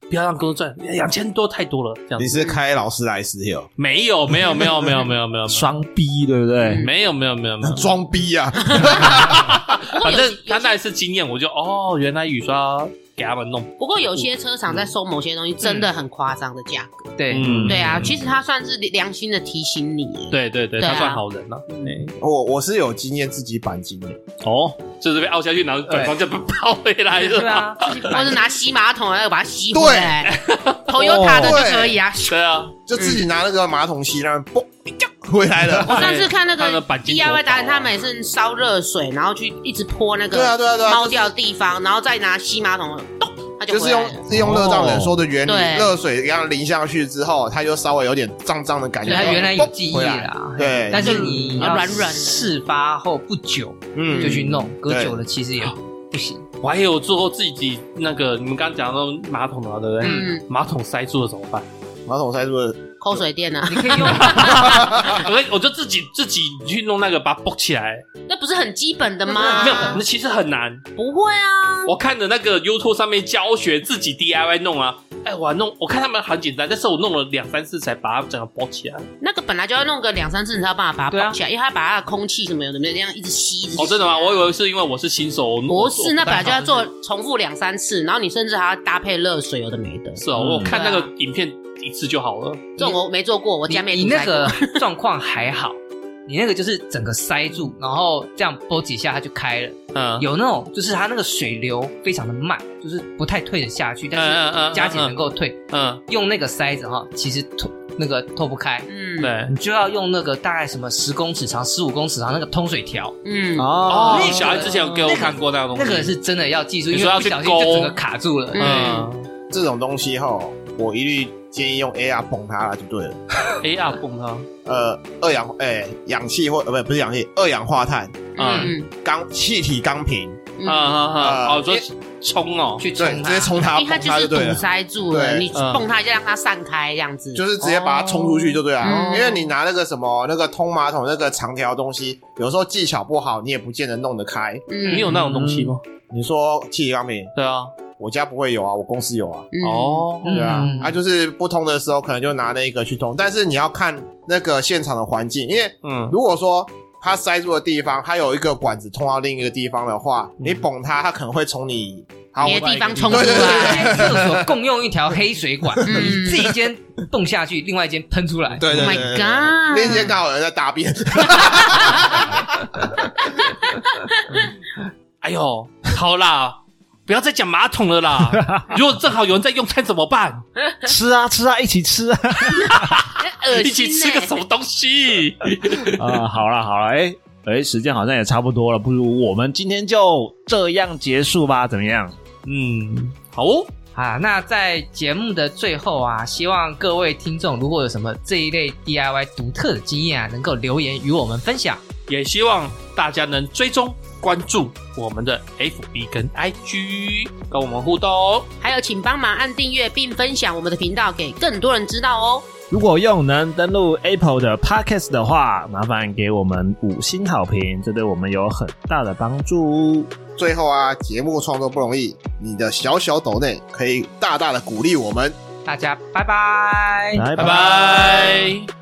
Speaker 5: 不要让公司赚两千多太多了。”这样
Speaker 3: 你
Speaker 5: 子
Speaker 3: 是开劳斯莱斯哟？
Speaker 5: 没有没有没有没有没有没有
Speaker 1: 双逼，对不对？
Speaker 5: 没有没有没有没
Speaker 3: [laughs]
Speaker 5: 有，
Speaker 3: 装逼啊！
Speaker 2: 不过
Speaker 5: 反
Speaker 2: 有
Speaker 5: 正他
Speaker 2: 有
Speaker 5: 那一次经验，我就哦，原来雨刷给他们弄，
Speaker 2: 不过有些车厂在收某些东西真的很夸张的价格，
Speaker 4: 对，
Speaker 5: 嗯，
Speaker 2: 对啊，其实他算是良心的提醒你，，
Speaker 5: 对对对，
Speaker 2: 对啊
Speaker 5: 他算好人了。哎
Speaker 3: 我我是有经验自己钣金的，
Speaker 5: 哦，就是被凹下去，然后转方向跑回来
Speaker 4: 对
Speaker 5: 了。
Speaker 4: 啊，自
Speaker 2: [laughs]
Speaker 4: 己
Speaker 2: 或
Speaker 4: 摆
Speaker 2: 者拿吸马桶哎那个把它吸哎回来 [laughs] ，Toyota 的就可以啊。
Speaker 5: 对啊，
Speaker 3: 就自己拿那个马桶吸，让嘣回来了。
Speaker 2: 我上次看那
Speaker 5: 他
Speaker 2: 个
Speaker 5: 的钣金头
Speaker 2: DIY
Speaker 5: 发啊
Speaker 2: 达人，他们也是烧热水，然后去一直泼那
Speaker 3: 对
Speaker 2: 个
Speaker 3: 啊，对啊，对
Speaker 2: 猫
Speaker 3: 啊，
Speaker 2: 掉的地方，然后再拿吸马桶，咚，它就
Speaker 3: 就
Speaker 2: 回
Speaker 3: 是
Speaker 2: 来
Speaker 3: 用
Speaker 2: 了。
Speaker 3: 是用热胀冷缩的原
Speaker 4: 哦
Speaker 3: 理
Speaker 2: 对，
Speaker 3: 热水给它淋下去之后，它就稍微有点胀胀的感觉。
Speaker 4: 对他原来有记忆
Speaker 3: 回来
Speaker 4: 啦，
Speaker 3: 对
Speaker 4: 但是
Speaker 5: 嗯
Speaker 4: 你
Speaker 2: 要
Speaker 4: 要
Speaker 2: 软软的
Speaker 4: 事发后不久
Speaker 3: 嗯
Speaker 4: 就去弄，隔
Speaker 3: 对
Speaker 4: 久了其实也不行。
Speaker 5: 哎我还有做过自己那个，你们刚刚讲到马桶的嘛，对不对？
Speaker 2: 嗯，
Speaker 5: 马桶塞住了怎么办？
Speaker 3: 马桶塞住了，
Speaker 2: 口水垫啊，
Speaker 4: 你可以用，
Speaker 5: 啊哎我我就自己自己去弄那个，把它剥起来。
Speaker 2: [laughs] 那不是很基本的
Speaker 5: 没有，那
Speaker 2: 吗？
Speaker 5: 其实很难。
Speaker 2: 不会啊，
Speaker 5: 我看着那个 YouTube 上面教学自己 DIY 弄啊，哎，我还弄，我看他们很简单，但是我弄了两三次才把它整个包起来。
Speaker 2: 那个本来就要弄个两三次，你才有办法把
Speaker 4: 对
Speaker 2: 它
Speaker 4: 啊
Speaker 2: 绑起来，因为它把它的空气什么有的没有这样一直吸，一直吸
Speaker 5: 哦，真的吗？我以为是因为我是新手，我
Speaker 2: 不是，啊那本来就要。
Speaker 5: 我
Speaker 2: 做重复两三次，然后你甚至还要搭配热水，有的没的。
Speaker 5: 不太是哦，
Speaker 1: 嗯
Speaker 5: 我看那个影片一次就好了。
Speaker 2: 这种我没做过，我
Speaker 4: 你
Speaker 2: 家没
Speaker 4: 你
Speaker 2: 煮菜
Speaker 4: 那个
Speaker 2: 过
Speaker 4: [laughs] 状况还好，你那个就是整个塞住，然后这样拨几下它就开了。
Speaker 5: 嗯，
Speaker 4: 有那种就是它那个水流非常的慢，就是不太退得下去，但
Speaker 5: 嗯
Speaker 4: 是加减能够退。
Speaker 5: 嗯，
Speaker 4: 用那个塞子哈，其实透那个透不开，
Speaker 2: 嗯，
Speaker 5: 对，
Speaker 4: 你就要用那个大概什么十公尺长、十五公尺长那个通水条，
Speaker 2: 嗯，
Speaker 1: 哦
Speaker 5: 哦，
Speaker 4: 那
Speaker 5: 你
Speaker 4: 个
Speaker 5: 小孩之前有给我看过那个东西，
Speaker 4: 那个是真的要技术，
Speaker 5: 你
Speaker 4: 因
Speaker 5: 说
Speaker 4: 为
Speaker 5: 要
Speaker 4: 不
Speaker 5: 去
Speaker 4: 小心就整个
Speaker 5: 勾
Speaker 4: 卡住了。
Speaker 5: 嗯
Speaker 3: 这种东西哈，我一律建议用 AR 泵它啦，就对了。
Speaker 5: AR 泵它，
Speaker 3: 呃，二氧哎、氧气或呃不不是氧气，二氧化碳
Speaker 5: 嗯
Speaker 2: 嗯
Speaker 3: 钢气体钢瓶，
Speaker 2: 嗯
Speaker 5: 啊
Speaker 2: 嗯，
Speaker 5: 啊啊，
Speaker 3: 呃
Speaker 5: 哦，说冲哦，
Speaker 4: 去
Speaker 3: 对，
Speaker 4: 冲
Speaker 3: 直接冲它，
Speaker 2: 因为它
Speaker 3: 碰
Speaker 2: 就
Speaker 3: 它
Speaker 2: 是
Speaker 3: 就对
Speaker 2: 堵
Speaker 3: 了。
Speaker 2: 塞住了，
Speaker 3: 对
Speaker 2: 你
Speaker 5: 嗯
Speaker 2: 碰它就让它散开这样子。
Speaker 3: 就是直接把它冲出去就对了、
Speaker 2: 哦
Speaker 3: 因为你拿那个什么那个通马桶那个长条东西，有时候技巧不好，你也不见得弄得开。
Speaker 2: 嗯，
Speaker 5: 你有那种东西吗？
Speaker 3: 你说气体钢瓶，
Speaker 5: 对啊，
Speaker 3: 我家不会有啊，我公司有啊，
Speaker 2: 嗯，
Speaker 5: 哦，
Speaker 4: 嗯
Speaker 3: 对啊，
Speaker 4: 嗯
Speaker 3: 啊就是不通的时候可能就拿那个去通，但是你要看那个现场的环境，因为
Speaker 5: 嗯，
Speaker 3: 如果说它塞住的地方，它有一个管子通到另一个地方的话，你捧它，它可能会从你好
Speaker 2: 别的地方冲出
Speaker 3: 对对对对
Speaker 2: 来。 [laughs]
Speaker 4: 在厕所共用一条黑水管，
Speaker 2: 嗯
Speaker 4: 你这一间蹦下去，另外一间喷出来。
Speaker 3: 对对
Speaker 2: Oh my
Speaker 3: 对对对
Speaker 2: god！
Speaker 3: 那天刚好有人在大便，
Speaker 5: 哎呦，好啦，不要再讲马桶了 [laughs] 啦！如果正好有人在用餐怎么办？
Speaker 1: 吃啊吃啊，一起吃
Speaker 5: [laughs]
Speaker 1: 啊！
Speaker 2: 恶心、欸，
Speaker 5: 一起吃个什么东西？
Speaker 1: 啊，好了好了，哎、哎，时间好像也差不多了，不如我们今天就这样结束吧，怎么样？
Speaker 5: 嗯，好哦，
Speaker 4: 啊，那在节目的最后啊，希望各位听众如果有什么这一类 DIY 独特的经验啊，能够留言与我们分享。
Speaker 5: 也希望大家能追踪关注我们的 FB 跟 IG，跟我们互动哦。
Speaker 2: 还有，请帮忙按订阅并分享我们的频道给更多人知道哦。
Speaker 1: 如果用能登录 Apple 的 Podcast 的话，麻烦给我们五星好评，这对我们有很大的帮助。
Speaker 3: [laughs] 最后啊，节目创作不容易，你的小小抖内可以大大的鼓励我们。
Speaker 4: 大家拜拜。
Speaker 1: 拜
Speaker 5: 拜拜